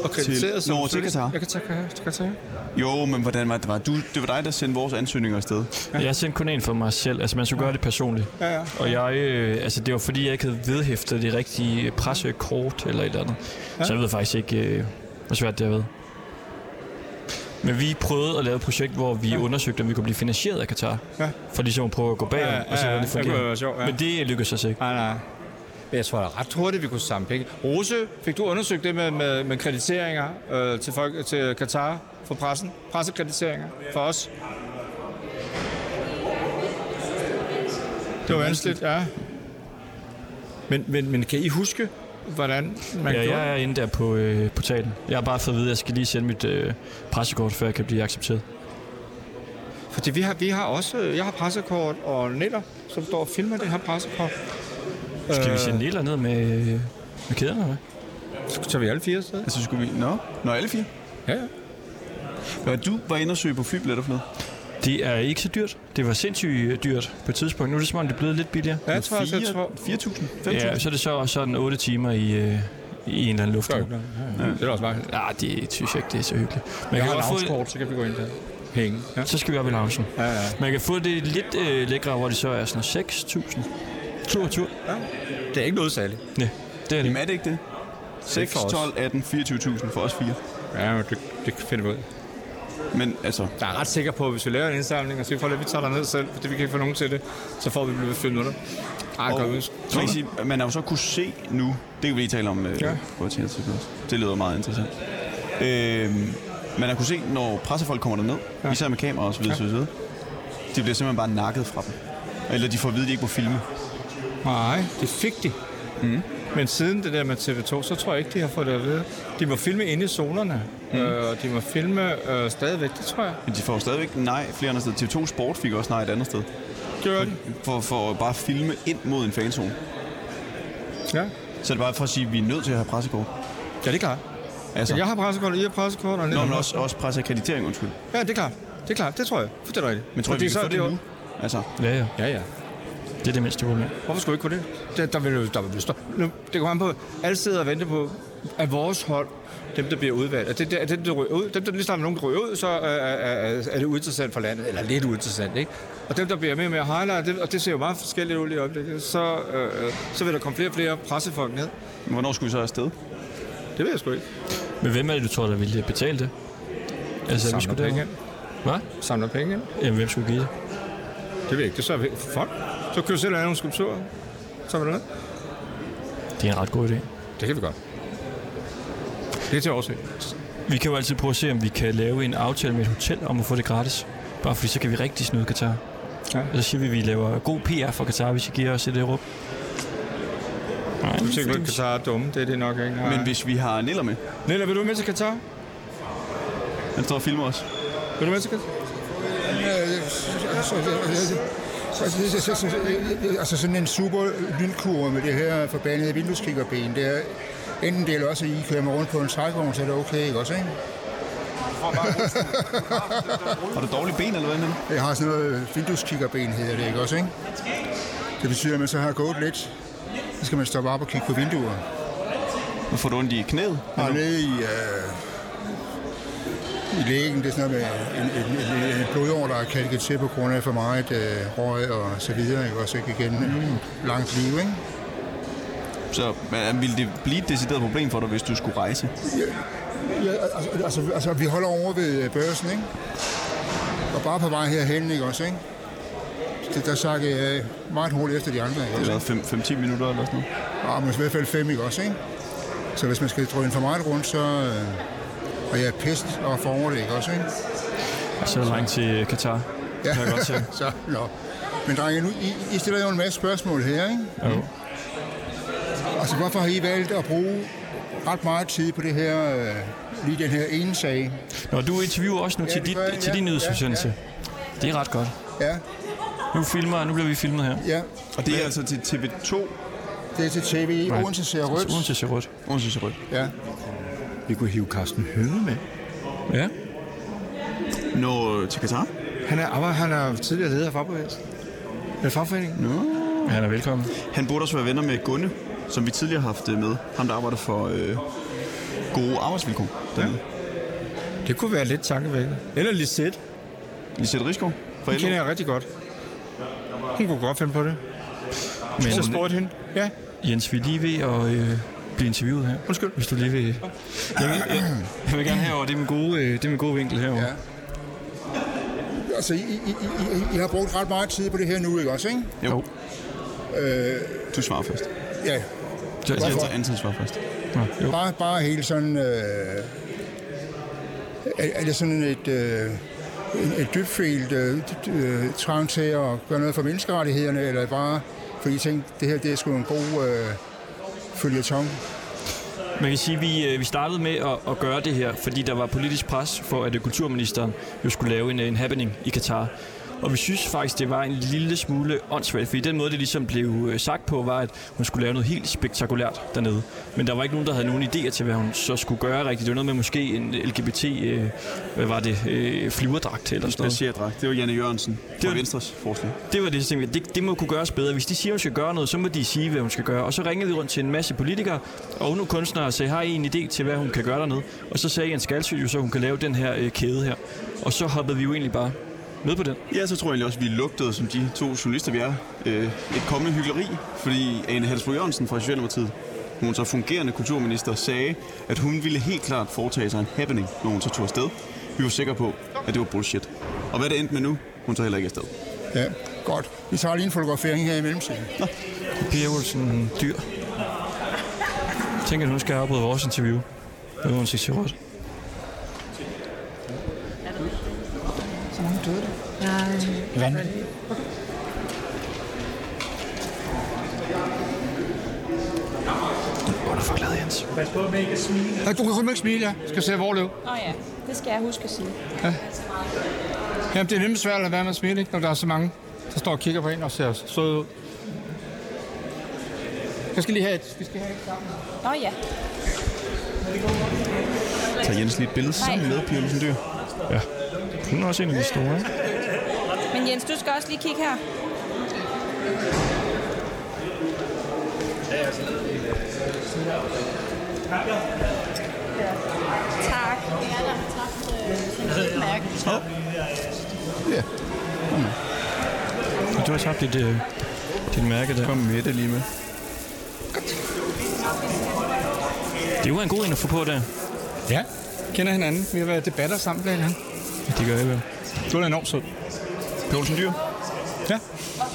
Og krediteret som... Nå, til journalist? Qatar. Jeg kan tage, kan jeg tage. Jo, men hvordan var det? Var du, det var dig, der sendte vores ansøgninger afsted. Jeg sendte kun en for mig selv. Altså, man skulle gøre det personligt. Ja, ja. Og jeg, øh, altså, det var fordi, jeg ikke havde vedhæftet det rigtige pressekort eller et eller andet. Ja. Så jeg ved faktisk ikke, øh, hvor svært det har været. Men vi prøvede at lave et projekt, hvor vi ja. undersøgte, om vi kunne blive finansieret af Katar. Ja. For ligesom at prøve at gå bag Ja, ja, og se, ja, ja. Det kunne hvordan det fungerer. være sjovt, ja. Men det lykkedes os ikke. Nej, nej. Men jeg tror da ret hurtigt, vi kunne samle penge. Rose, fik du undersøgt det med, med, med krediteringer øh, til, folk, til Katar for pressen? Pressekrediteringer for os? Det var vanskeligt, ja. Men, men, men kan I huske, hvordan man ja, gjorde jeg er inde der på øh, portalen. Jeg har bare fået at vide, at jeg skal lige sende mit øh, pressekort, før jeg kan blive accepteret. Fordi vi har, vi har også, øh, jeg har pressekort, og Neller, som står og filmer det her pressekort. Skal vi Øh, sende Nilla ned med, øh, med kæderne, eller hvad? Så tager vi alle fire afsted. Altså, skulle vi... Nå, Nå alle fire? Ja, ja. Hvad du var inde og søge på flybilletter for noget? Det er ikke så dyrt. Det var sindssygt øh, dyrt på et tidspunkt. Nu er det som om, det er blevet lidt billigere. Ja, jeg tror også, jeg tror... 4.000? Ja, så er det så sådan 8 timer i, øh, i en eller anden luft. Ja, ja. Det er også meget Ja, det synes jeg ikke, det er så hyggeligt. Men jeg har kan godt få- loungekort, så kan vi gå ind der. Penge. Ja. Så skal vi op i loungen. Ja, ja. Man kan få det lidt øh, lækre, hvor det så er sådan noget 6.000. Tur og tur. Ja. Det er ikke noget særligt. Nej, det er det. Jamen er det ikke det? Ikke 6, for os. 12, 18, 24.000 for os fire. Ja, men det, det finder vi ud Men altså... Jeg er ret sikker på, at hvis vi laver en indsamling, og siger, for at vi tager ned selv, fordi vi kan ikke få nogen til det, så får vi blevet fyldt med det. Ej, Og godt man, huske. kan sige, at man har jo så kunne se nu, det kan vi lige tale om, øh, Ja. ja. på et tidspunkt. det lyder meget interessant. Øh, Men jeg kunne se, når pressefolk kommer derned, ja. især med kamera og så videre, ja. så videre, de bliver simpelthen bare nakket fra dem. Eller de får at vide, at de ikke må filme. Nej, det fik de. Mm. Men siden det der med TV2, så tror jeg ikke, de har fået det at vide. De må filme inde i zonerne, mm. øh, og de må filme øh, stadigvæk, det tror jeg. Men de får jo stadigvæk nej flere andre steder. TV2 Sport fik også nej et andet sted. Gjorde de? For, for at bare filme ind mod en fanzone. Ja. Så det er bare for at sige, at vi er nødt til at have pressekort. Ja, det er klart. Altså. Jeg har pressekort, og I har pressekort. Og Nå, men også, også presseakkreditering, undskyld. Ja, det er klart. Det er klart, det tror jeg. For det er rigtigt. Men tror jeg, Fordi vi kan så få er det jo- nu? Altså. Ja, ja. Ja, ja. Det er det mindste problem. Hvorfor skulle vi ikke kunne det? Der, der vil jo der vil blive stå. Nu, det går an på, alle sidder og venter på, at vores hold, dem der bliver udvalgt, at det, der, at dem, der ryger ud, dem der lige snart nogen der ryger ud, så er, er, er, er det uinteressant for landet, eller lidt uinteressant, ikke? Og dem, der bliver mere og mere highlight, det, og det ser jo meget forskelligt ud i øjeblikket, så, øh, øh, så vil der komme flere og flere pressefolk ned. Men hvornår skulle vi så afsted? Det ved jeg sgu ikke. Men hvem er det, du tror, der ville betale det? Altså, Samler vi skulle penge det. ind. Hvad? Samler penge ind. Jamen, hvem skulle give det? Det ved jeg ikke, det så jeg Fuck. Så køb selv nogle skulpturer. Så er det Det er en ret god idé. Det kan vi godt. Det er til at overse. Vi kan jo altid prøve at se, om vi kan lave en aftale med et hotel om at få det gratis. Bare fordi så kan vi rigtig snyde Katar. Ja. Og så siger vi, at vi laver god PR for Katar, hvis I giver os et euro. Nej, Du tænker, at Katar er dumme. Det er det nok ikke. Men hvis vi har Niller med. Niller, vil du med til Katar? Han står og filmer os. Vil du med til Katar? Altså sådan en super lynkurve med det her forbandede vindueskikkerben, det er enten det eller også, at I kører med rundt på en trækvogn, så er det okay, ikke også, ikke? Har du dårlige ben, eller hvad? Jeg har sådan noget vindueskikkerben, hedder det, ikke også, ikke? Det betyder, at man så har gået lidt, så skal man stoppe op og kigge på vinduer. Nu får du ondt i knæet? Og nede i, øh, i lægen, det er sådan noget med en, en, en, en blodår, der er kalket til på grund af for meget øh, røg og så videre, ikke også, ikke igen? Mm. Langt liv, ikke? Så men, ville det blive et decideret problem for dig, hvis du skulle rejse? Ja, altså, altså, altså, vi holder over ved øh, børsen, ikke? Og bare på vej herhen, ikke også, ikke? Det, der sakkede jeg af meget hurtigt efter de andre, ikke Det også? har været 5-10 minutter eller sådan noget. Ja, men i hvert fald fem, ikke også, ikke? Så hvis man skal drøne for meget rundt, så... Øh, og jeg er pest og forover det, ikke også, ikke? Så er der langt til Katar. Ja. Kan jeg godt se. så, nå. Men drenge, nu, I, I stiller jo en masse spørgsmål her, ikke? Mm. Jo. Altså, hvorfor har I valgt at bruge ret meget tid på det her, øh, lige den her ene sag? Nå, du interviewer også nu Ja, ja, til, det dit, gør jeg, til ja, din ja, nyhedsudsendelse. Det er ret godt. Ja. Nu, filmer, nu bliver vi filmet her. Ja. Og det er altså til TV2? Det er til TV. Odense ser rødt. Odense ser rødt. Odense ser rødt. Ja. Vi kunne hive Carsten Hønge med. Ja. Nå, til Katar? Han er, arbejder, han er tidligere leder af fagbevægelsen. Eller fagforeningen. No. Han er velkommen. Han burde også være venner med Gunne, som vi tidligere har haft øh, med. Ham, der arbejder for øh, gode arbejdsvilkår. Ja. Det kunne være lidt tankevækkende. Eller Lisette. Lisette Rigsgaard? fra Hun LO. kender jeg rigtig godt. Hun kunne godt finde på det. Men- Men, så spurgte hende. Ja. Jens, vi er lige ved at øh, blive interviewet her. Undskyld. Hvis du lige vil... Jeg vil, jeg, jeg vil gerne herover. Det er min gode, øh, det er min gode vinkel herover. Ja. Altså, I, I, I, I- I har brugt ret meget tid på det her nu, ikke også, ikke? Jo. Øh, Du svarer først. ja. Så jeg Hvorfor? tager Anton svarer først. jo. Bare, bare helt sådan... Øh, er, er det sådan et, øh, en- et dybfølt øh, dybt, øh, trang til at gøre noget for menneskerettighederne, eller bare fordi I tænkte, det her det er sgu en god øh, følgetong? Man kan sige, at vi, øh, vi startede med at, at gøre det her, fordi der var politisk pres for, at øh, kulturministeren jo skulle lave en, øh, en happening i Katar. Og vi synes faktisk, det var en lille smule åndssvagt, fordi den måde, det ligesom blev øh, sagt på, var, at hun skulle lave noget helt spektakulært dernede. Men der var ikke nogen, der havde nogen idéer til, hvad hun så skulle gøre rigtigt. Det var noget med måske en LGBT, øh, hvad var det, øh, flyverdragt eller sådan noget. Passagerdragt. Det var Janne Jørgensen Det var- fra Venstres forslag. Det var det, jeg tænkte, det, det må kunne gøres bedre. Hvis de siger, at hun skal gøre noget, så må de sige, hvad hun skal gøre. Og så ringede vi rundt til en masse politikere og nu kunstnere og sagde, har I en idé til, hvad hun kan gøre dernede? Og så sagde Jens Galsø jo, så hun kan lave den her øh, kæde her. Og så hoppede vi jo egentlig bare med på den. Ja, så tror jeg egentlig også, at vi lugtede, som de to journalister, vi er, øh, et kommende hyggeleri, fordi Ane Halsbro Jørgensen fra Socialdemokratiet, hun så fungerende kulturminister, sagde, at hun ville helt klart foretage sig en happening, når hun så tog afsted. Vi var sikre på, at det var bullshit. Og hvad det endte med nu, hun tager heller ikke afsted. Ja, godt. Vi tager lige en fotografering her i mellemtiden. Pia Olsen Dyr. Jeg tænker, at hun skal afbryde vores interview. Det var hun sige til vanvittigt. Underforklaret, Jens. Pas på med ikke at smile. Nej, du kan kun ikke smile, ja. Skal se Vorløv. Åh oh, ja, det skal jeg huske at sige. Ja. Jamen, det er nemlig svært at lade være med at smile, ikke? når der er så mange, der står og kigger på en og ser søde ud. Jeg skal lige have et. Vi skal have et sammen. Åh oh, ja. Tager Jens lige et billede sammen med Pia Olsen Dyr? Ja. Hun er også en af de store, ikke? Men Jens, du skal også lige kigge her. Tak. Øh, Ja. Du har tabt dit, øh, dit mærke der. Kom med det lige med. Det var en god en at få på der. Ja, kender hinanden. Vi har været i debatter sammen blandt andet. Ja, det gør jeg vel. Du er enormt sød. Pjolsen Dyr? Ja.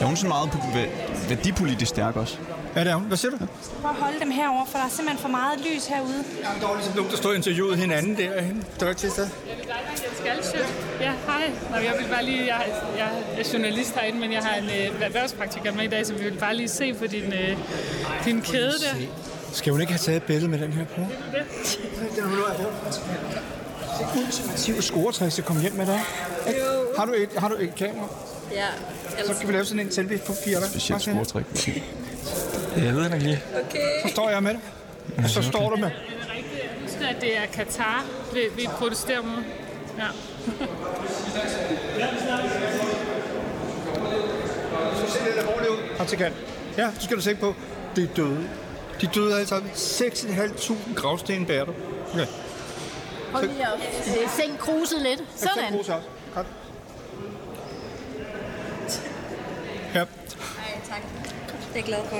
Er hun sådan meget pu- væ- værdipolitisk stærk også? Ja, det er hun. Hvad siger du? Prøv at holde dem herover, for der er simpelthen for meget lys herude. Jamen, der var ligesom nogen, der stod og interviewede hinanden derhen. Der var ikke til sted. Jeg vil dig, Jens Galschiøt. Ja, hej. Nå, jeg vil bare lige, jeg, jeg er journalist herinde, men jeg har en øh, erhvervspraktikant med i dag, så vi vil bare lige se på din, øh, din kæde der. Skal hun ikke have taget et billede med den her bror? Ultimative scoretræk, jeg kom hjem med dig. Ikke? Har du et, har du et kamera? Ja, Så kan vi lave sådan en selfie på fire. Specielt scoretræk. Jeg ved nok lige. Okay. Så står jeg med dig. Og så står du med. Husk, at det er Katar, vi, vi protesterer mod. Ja. Og til kant. Ja, så skal du tænke på, det er døde. De døde alle sammen. 6.500 gravsten bærer du. Okay. Prøv lige at øh, sænke kruset lidt. Sådan. Sænk kruset Godt. Ja. Nej, tak. Det er jeg glad for.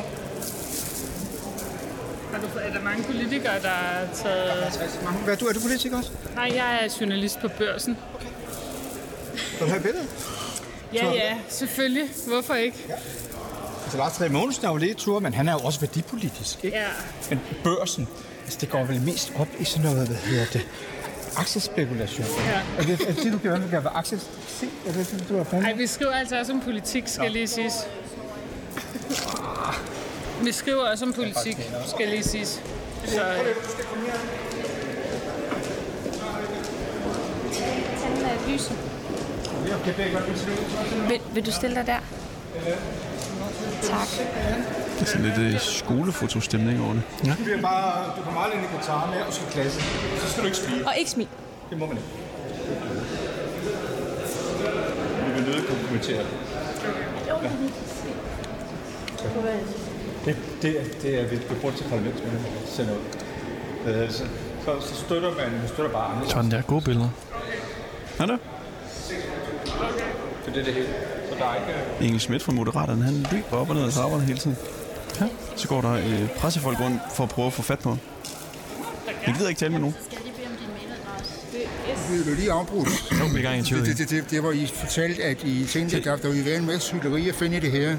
Har du, er der mange politikere, der har taget... Hvad er du? Er du politiker også? Nej, jeg er journalist på børsen. Vil du have billedet? Ja, ja, selvfølgelig. Hvorfor ikke? Altså, Lars Trier Mogensen er jo lidt tur, men han er jo også værdipolitisk, ikke? Ja. Men børsen, altså det går vel mest op i sådan noget, hvad hedder det, aktiespekulation. Ja. Er det, er det det, du gør, du gør ved aktier? Se, er det det, du har Ej, fundet? vi skriver altså også om politik, skal Nå. lige siges. Vi skriver også om politik, skal lige siges. Så, øh, Tænd øh, lyset. Vil, vil du stille dig der? Tak. Det er sådan lidt øh, skolefotostemning over det. Ja. Du, bliver bare, du kommer aldrig ind i Katar med og skal klasse. Så skal du ikke spille. Og ikke smil. Det må man ikke. Vi vil nødt kompromittere det. Ja. Det, det, er- det er vi begrundt til parlamentet, men sender ud. Øh, Så, så, så, støtter man, man støtter bare andre. Sådan der. Gode billeder. Er det? For det er det hele. Så der er ikke... øh, Inge Schmidt fra Moderaterne, han løber op og ned ad trapperne hele tiden. Ja. Så går der øh, pressefolk rundt for at prøve at få fat på ham. Jeg gider ikke tale med nogen. Vi blev lige afbrudt. Jo, vi er i gang i det, det, det, det, det, var I fortalte, at I tænkte, at der der ville være en masse hyggeleri at finde i det her.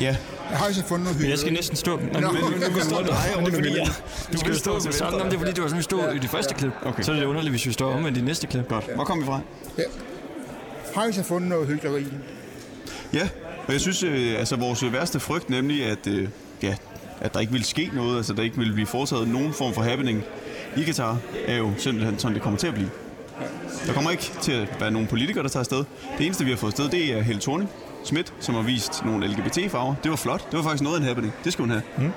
Ja. Jeg har I så fundet noget Men hyggeleri? jeg skal næsten stå... Nå, Nå, men, men, men, du kan stå men- der. men Men det er fordi, jeg- jeg, Du du kan skal stå stå til til venstre. sådan. Nå, men det er fordi, du var sådan, vi stod i det første klip. Okay. Så er det underligt, hvis vi står omvendt i det næste klip. Godt. Hvor kom vi fra? Ja. Har I så fundet noget hyggeleri? Ja, og jeg synes, øh, altså vores værste frygt nemlig, at, øh, ja, at der ikke ville ske noget, altså der ikke ville blive foretaget nogen form for happening i Katar, er jo simpelthen sådan, det kommer til at blive. Der kommer ikke til at være nogen politikere, der tager afsted. Det eneste, vi har fået afsted, det er Helle Thorning Schmidt, som har vist nogle LGBT-farver. Det var flot. Det var faktisk noget af en happening. Det skal hun have. Mm. Hun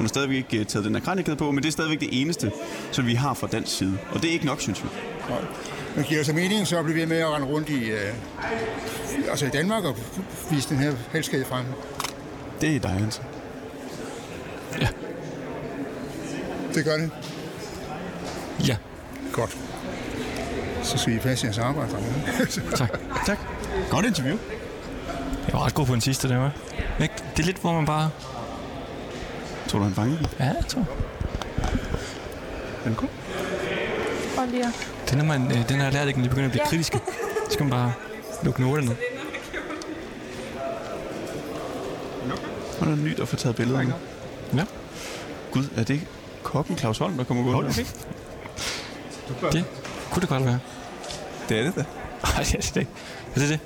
har stadigvæk ikke øh, taget den her kranikæde på, men det er stadigvæk det eneste, som vi har fra dansk side. Og det er ikke nok, synes vi. Men giver det så mening, så bliver vi ved med at rende rundt i, øh, altså i Danmark og vise den her helskade frem. Det er dig, Hans. Det gør det. Ja. Godt. Så skal I passe jeres arbejde. drenge. tak. tak. Godt interview. Jeg var ret god på den sidste, der var. Ikke? Det er lidt, hvor man bare... Tror du, han fangede den? Ja, jeg tror. Er den god? Prøv lige at... Det er, når man, øh, den har jeg lært ikke, når de begynder at blive Ja. kritiske. Så skal man bare lukke nålene ned. Og der er nyt at få taget billeder af. Ja. Gud, er det kokken Claus Holm, der kommer gående? Okay. Det kunne det godt være. Det er det da. Nej, det er det ikke. Er det det?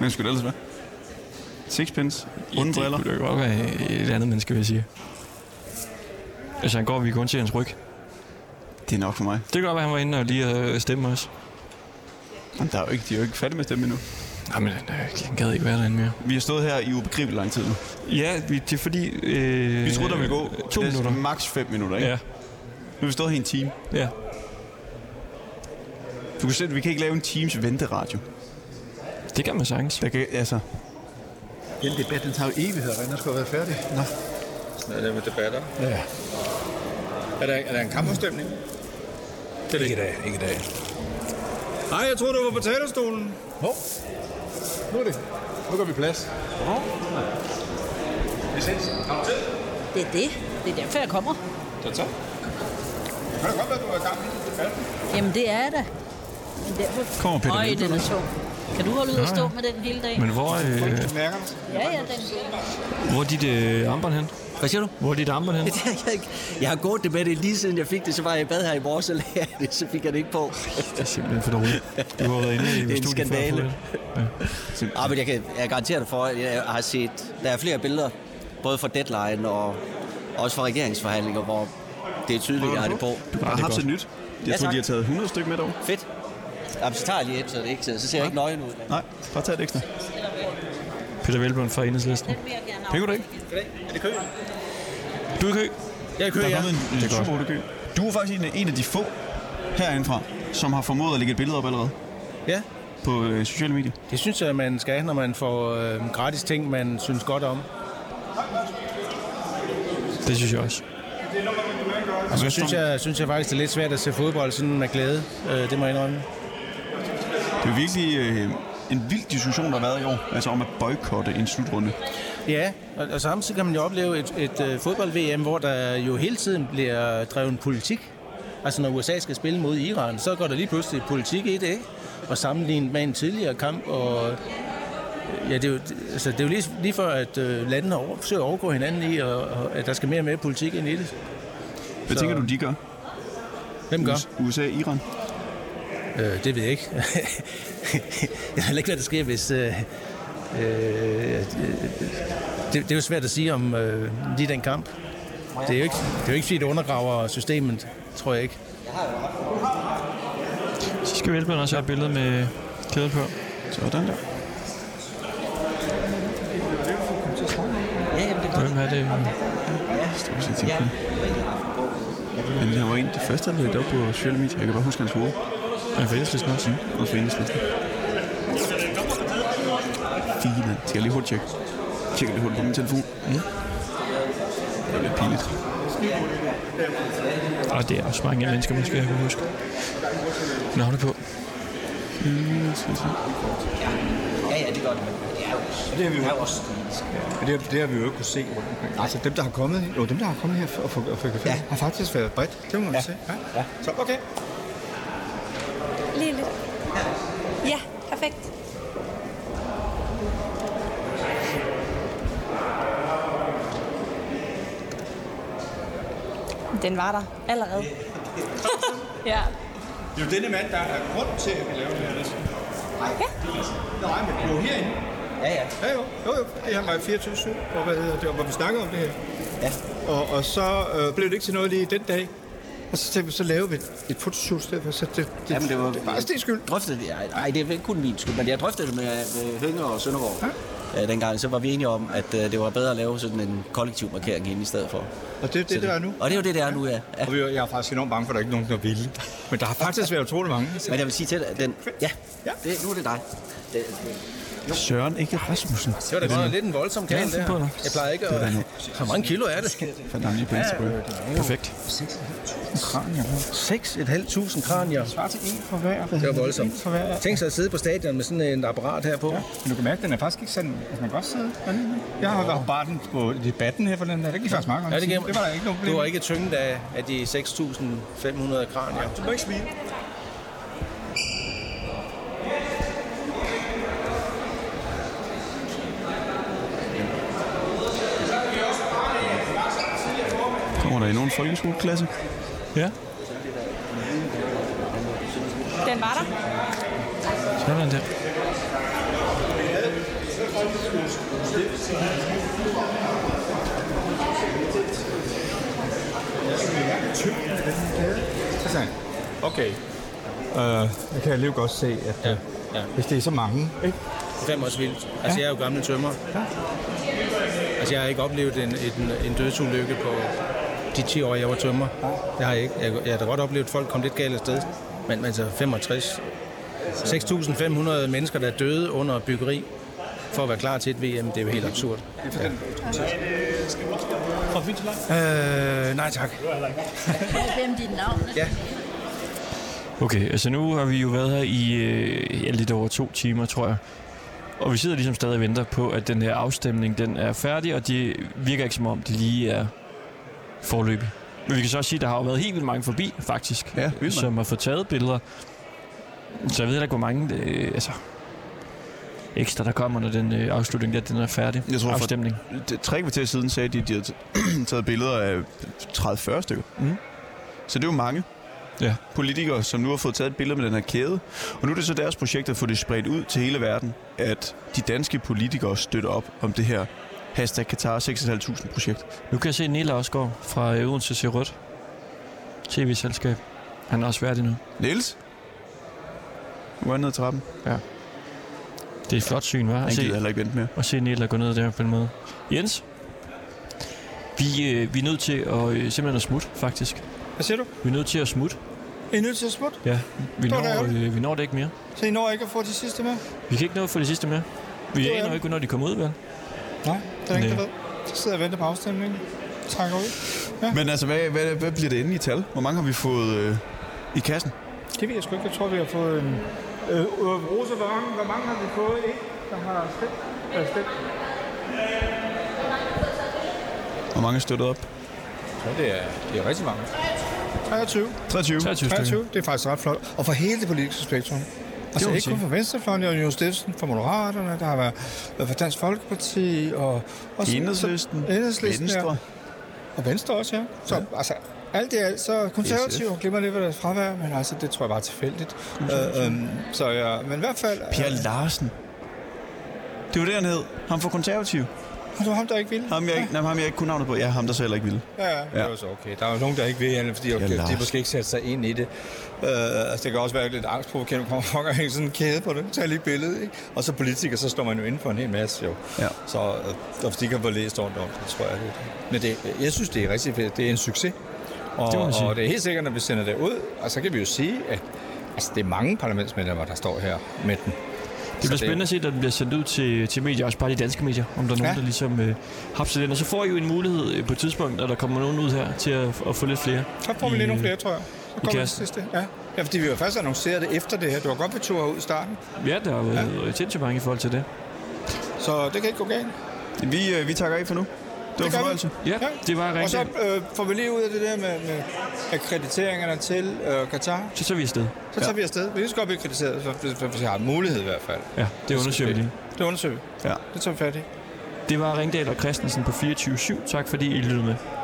Men skulle det ellers være? Sixpence? Runde briller? Det kunne da godt være et andet menneske, vil jeg sige. Altså, han går, vi kun se hans ryg. Det er nok for mig. Det kan godt være, han var inde og lige øh, stemme os. Men der er jo ikke, de er jo ikke færdige med at stemme endnu. Jamen, han gad ikke være derinde mere. Vi har stået her i ubegribelig lang tid nu. Ja, vi, det er fordi... Øh, Vi troede, der ville gå to næsten minutter. Max 5 minutter, ikke? Ja. Nu har vi stået her i en time. Ja. Du kan se, at vi kan ikke lave en times venteradio. Det kan man sagtens. Der kan, altså, Den debat, den tager jo evigheder, den skulle have været færdig. Nå. Sådan er det med debatter. Ja. Er der, er der en kampafstemning? Det er ikke i dag, ikke i dag. Nej, jeg troede, du var på talerstolen. Hov. Nu er det. Nu gør vi plads. Hov. Vi ses. Har du tid? Det er det. Det er derfor, jeg kommer. Det er så. Kan det godt være, du er i gang med debatten? Jamen, det er jeg da. Men derfor... Kommer Peter Øj, Velblom. den er sjov. Kan du holde ud og Nå, stå ja. med den hele dag? Men hvor, øh, Ja, ja, den hvor er dit øh, armbånd hen? Hvad siger du? Hvor er dit armbånd hen? Jeg, jeg har gået det med det lige siden jeg fik det, så var jeg i bad her i morges og lagde jeg det, så fik jeg det ikke på. Det er simpelthen for dårligt. Du har været inde i Det er en studiet før, skandale. Ja. Ah, men jeg kan jeg garanterer dig for, at jeg har set, der er flere billeder, både fra deadline og også fra regeringsforhandlinger, hvor det er tydeligt, jeg har det på. Du har haft et nyt. Jeg Ja, tror, tak. de har taget 100 stykker med derovre. Fedt. Jamen, så tager jeg lige et, så det ikke sidder. Så ser jeg ikke nøgen ud. Nej, bare tag et ekstra. Peter Velblom fra Enhedslisten. Penge du ikke? Er det kø? Du er i kø. Jeg er i kø, der er ja. kommet en, en Det er godt. super hurtig kø. Du er faktisk en, af- en af de få herindefra, som har formået at lægge et billede op allerede. Ja. På øh, sociale medier. Det synes jeg, man skal, når man får øh, gratis ting, man synes godt om. Altså, Det synes jeg også. Altså, Og så synes jeg, synes jeg faktisk, det er lidt svært at se fodbold sådan med glæde. Øh, det må jeg indrømme. Det er virkelig øh, en vild diskussion, der har været i år. Altså om at boykotte en slutrunde. Ja, og, og samtidig kan man jo opleve et, et øh, fodbold-VM, hvor der jo hele tiden bliver drevet politik. Altså når USA skal spille mod Iran, så går der lige pludselig politik i det, ikke? Og sammenlignet med en tidligere kamp, og øh, ja, det er jo, det- altså, det er jo lige, lige før, at øh, landene over, forsøger at overgå hinanden i, og, og at der skal mere og mere politik ind i det. Hvad tænker du, de gør? Hvem gør? USA Iran? Øh, det ved jeg ikke. jeg ved ikke, hvad der sker, hvis... Øh, øh, øh, det, det er jo svært at sige om øh, lige den kamp. Det er, jo ikke, det er jo ikke, fordi det undergraver systemet, tror jeg ikke. Så skal Velblom også have et billede med kæden på. Sådan der. Ja, jamen, det er Hvem er det? Ja. "Hm." Men han var en af de første, der lagde det op på sociale medier. Jeg kan bare huske hans hoved. Og for enhedslisten også. Mm, og for enhedslisten. Fint, mand. Skal jeg lige hurtigt tjekke? Tjekke lige hurtigt på min telefon. Mm. Det er lidt pinligt. Og Ah, det er også mange mennesker, man skal jeg kunne huske. Navne på. Mm, skal vi se. Ja, ja, det er godt. Det har vi jo også. Men det, har- det har vi jo ikke kunne se rundt omkring. Altså dem, der har kommet, jo, dem, der har kommet her og få, og få ja. har faktisk været bredt. Det må man ja. se. Ja. ja. Så okay. Lige lidt. Ja, perfekt. Den var der allerede. ja. Det er jo denne mand, der er grund til, at vi laver det her. Nej, Nej, men jo herinde. Ja, ja. Ja, jo. jo, jo. Det her var i 24 og hvad hedder det, og hvor vi snakker om det her. Ja. Og, og så øh, blev det ikke til noget lige den dag. Og så tænkte vi, så laver vi et fotoshoot i stedet for. Så det, det, Jamen, det var bare Stens skyld. Drøftede det. Ej, Nej, det er ikke kun min skyld, men jeg drøftede det med, med Hønge og Søndergaard. Ja. Øh, dengang, så var vi enige om, at øh, det var bedre at lave sådan en kollektiv markering hende i stedet for. Og det er Så det, der er nu. Og det er jo det, der er nu, ja. ja. Og vi, jeg er faktisk enormt bange for, at der ikke er nogen, der vil. Men der har faktisk været utrolig mange. Men jeg vil sige til dig, at den, ja, det, nu er det dig. Det, det, Søren ikke Rasmussen. Det var da godt nok lidt en voldsom kald, det her. Jeg plejer ikke Det var at... da nu. Hvor mange kilo er det? Fandt ham lige på Instagram. Perfekt. 6.500 kranier. Svar til en for hver. Det var voldsomt. For hver. Tænk sig at sidde på stadion med sådan et apparat her på. Ja, men du kan mærke, at den er faktisk ikke sådan... Altså, man kan godt sidde Jeg har været på barten på debatten her for den her. Det gik faktisk meget godt. Ja, det, gav, det var der ikke nogen problem. Du var ikke tynget af, af de 6.500 kranier. Du må ikke smile. Kommer der endnu en folkeskoleklasse? Ja. Den var der. Sådan der. Interessant. Okay. Øh, jeg kan alligevel godt se, at øh, ja. Ja. hvis det er så mange, ikke? Fem års vildt. Altså, ja. jeg er jo gammel tømmer. Ja. Altså, jeg har ikke oplevet en, en, en dødsulykke på de 10 år, jeg var tømmer. Det har jeg ikke. Jeg, jeg har da godt oplevet, at folk kom lidt galt afsted. Men men altså, 65. 6.500 mennesker, der er døde under byggeri for at være klar til et VM. Det er jo helt absurd. Ja. Fra Fyn til Lang? Øh, nej tak. Glem dit navn. Ja. Okay, altså nu har vi jo været her i øh, ja, lidt over to timer, tror jeg. Og vi sidder ligesom stadig og venter på, at den her afstemning den er færdig, og det virker ikke som om, det lige er forløbig. Men vi kan så også sige, at der har jo været helt vildt mange forbi, faktisk, ja, som har fået taget billeder. Så jeg ved heller ikke, hvor mange øh, altså, ekstra, der kommer, når den øh, afslutning der, den er færdig. Jeg tror, for afstemning. det- tre kvarter siden sagde de, at de havde t- taget billeder af 30-40 stykker. Mhm. Mm. Så det er jo mange ja. politikere, som nu har fået taget et billede med den her kæde. Og nu er det så deres projekt at få det spredt ud til hele verden, at de danske politikere støtter op om det her hashtag Qatar 6.500 projekt. Nu kan jeg se Nilla Osgaard fra øh, Odense til Rødt. TV-selskab. Han er også værdig nu. Niels? Nu går han ned ad trappen. Ja. Det er et flot syn, hva'? Han gider heller ikke vente mere. Og se Nilla gå ned der på en måde. Jens? Vi, øh, vi er nødt til at, øh, simpelthen at smutte, faktisk. Hvad siger du? Vi er nødt til at smutte. I er nødt til at smutte, Ja. Vi Det var da når, ærgerligt. øh, vi når det ikke mere. så I når ikke at få de sidste med. Vi kan ikke nå at få det sidste med. Vi Det er aner jo ikke, hvornår de kommer ud, vel? Nej, der er ingen, der Nej. ved. Så sidder jeg og venter på afstemningen. Trækker ud. Ja. Men altså, hvad, hvad, hvad bliver det endelige tal? Hvor mange har vi fået øh, i kassen? Det ved jeg sgu ikke. Jeg tror, vi har fået en... Øh, øh, Rosa, hvor mange, hvor mange har vi fået? En, der har stemt. Øh, stemt. Hvor mange er støttet op? Ja, det er, det er rigtig mange. 23. 23. 23 stykker. 23. Det er faktisk ret flot. Og for hele det politiske spektrum. Det Altså må man ikke kun sige. for Venstrefløjen, og Jonas Steffensen for Moderaterne, der har været, været for Dansk Folkeparti, og... og så- Enhedslisten. Enhedslisten, Venstre. Ja. Og Venstre også, ja. Så ja. altså, alt i alt, så konservative SF. glemmer lidt, hvad der er fravær, men altså, det tror jeg bare er tilfældigt. Øh, øhm, så ja, men i hvert fald... Per Larsen. Det var det, han hed. Ham for konservativ. Det var øh, ham, der ikke ville. Ham, jeg, ikke, nej, ham, jeg ikke kunne navnet på. Ja, ham, der så heller ikke ville. Ja, ja. Det er også okay. Der er jo nogen, der ikke ved, Anne, fordi okay, Lars. de måske ikke sætter sig ind i det. Uh, altså, det kan også være lidt angstprovokerende, kommer folk og hænger sådan en kæde på det, tager lige et billede, ikke? Og så politiker, så står man jo inden for en hel masse, jo. Ja. Så uh, hvis de kan få læst rundt om det, tror jeg lidt. Men det, jeg synes, det er rigtig fedt. Det er en succes. Og Det det, må man sige. og det er helt sikkert, når vi sender det ud, og så kan vi jo sige, at altså, det er mange parlamentsmedlemmer, der står her med den. Det bliver spændende at se, når den bliver sendt ud til, til medier, også bare de danske medier, om der er nogen, ja. Ja. der ligesom øh, hapser den. Og så får I jo en mulighed øh, på et tidspunkt, når der kommer nogen ud her, til at, at få lidt flere. Så får vi i, lidt nogle øh, flere, tror jeg. Så i kommer det kassen. sidste. Ja. ja, fordi vi jo først annonceret det efter det her. Det var godt, vi tog ud i starten. Ja, der er jo ja. sindssygt mange i forhold til det. Så det kan ikke gå galt. Vi, øh, vi takker af for nu. Det var en gør vi. fornøjelse. Ja, det var Og rigtig. så øh, får vi lige ud af det der med, med akkrediteringerne til øh, Katar. Så tager vi afsted. Så tager ja. vi afsted. Vi kan lige så godt blive akkrediteret, for- for- for- hvis jeg har en mulighed i hvert fald. Ja, det undersøger vi lige. Det undersøger vi. Ja. Det tager vi fat i. Det var Ringdal og Christensen på 24-7. Tak fordi I lyttede med.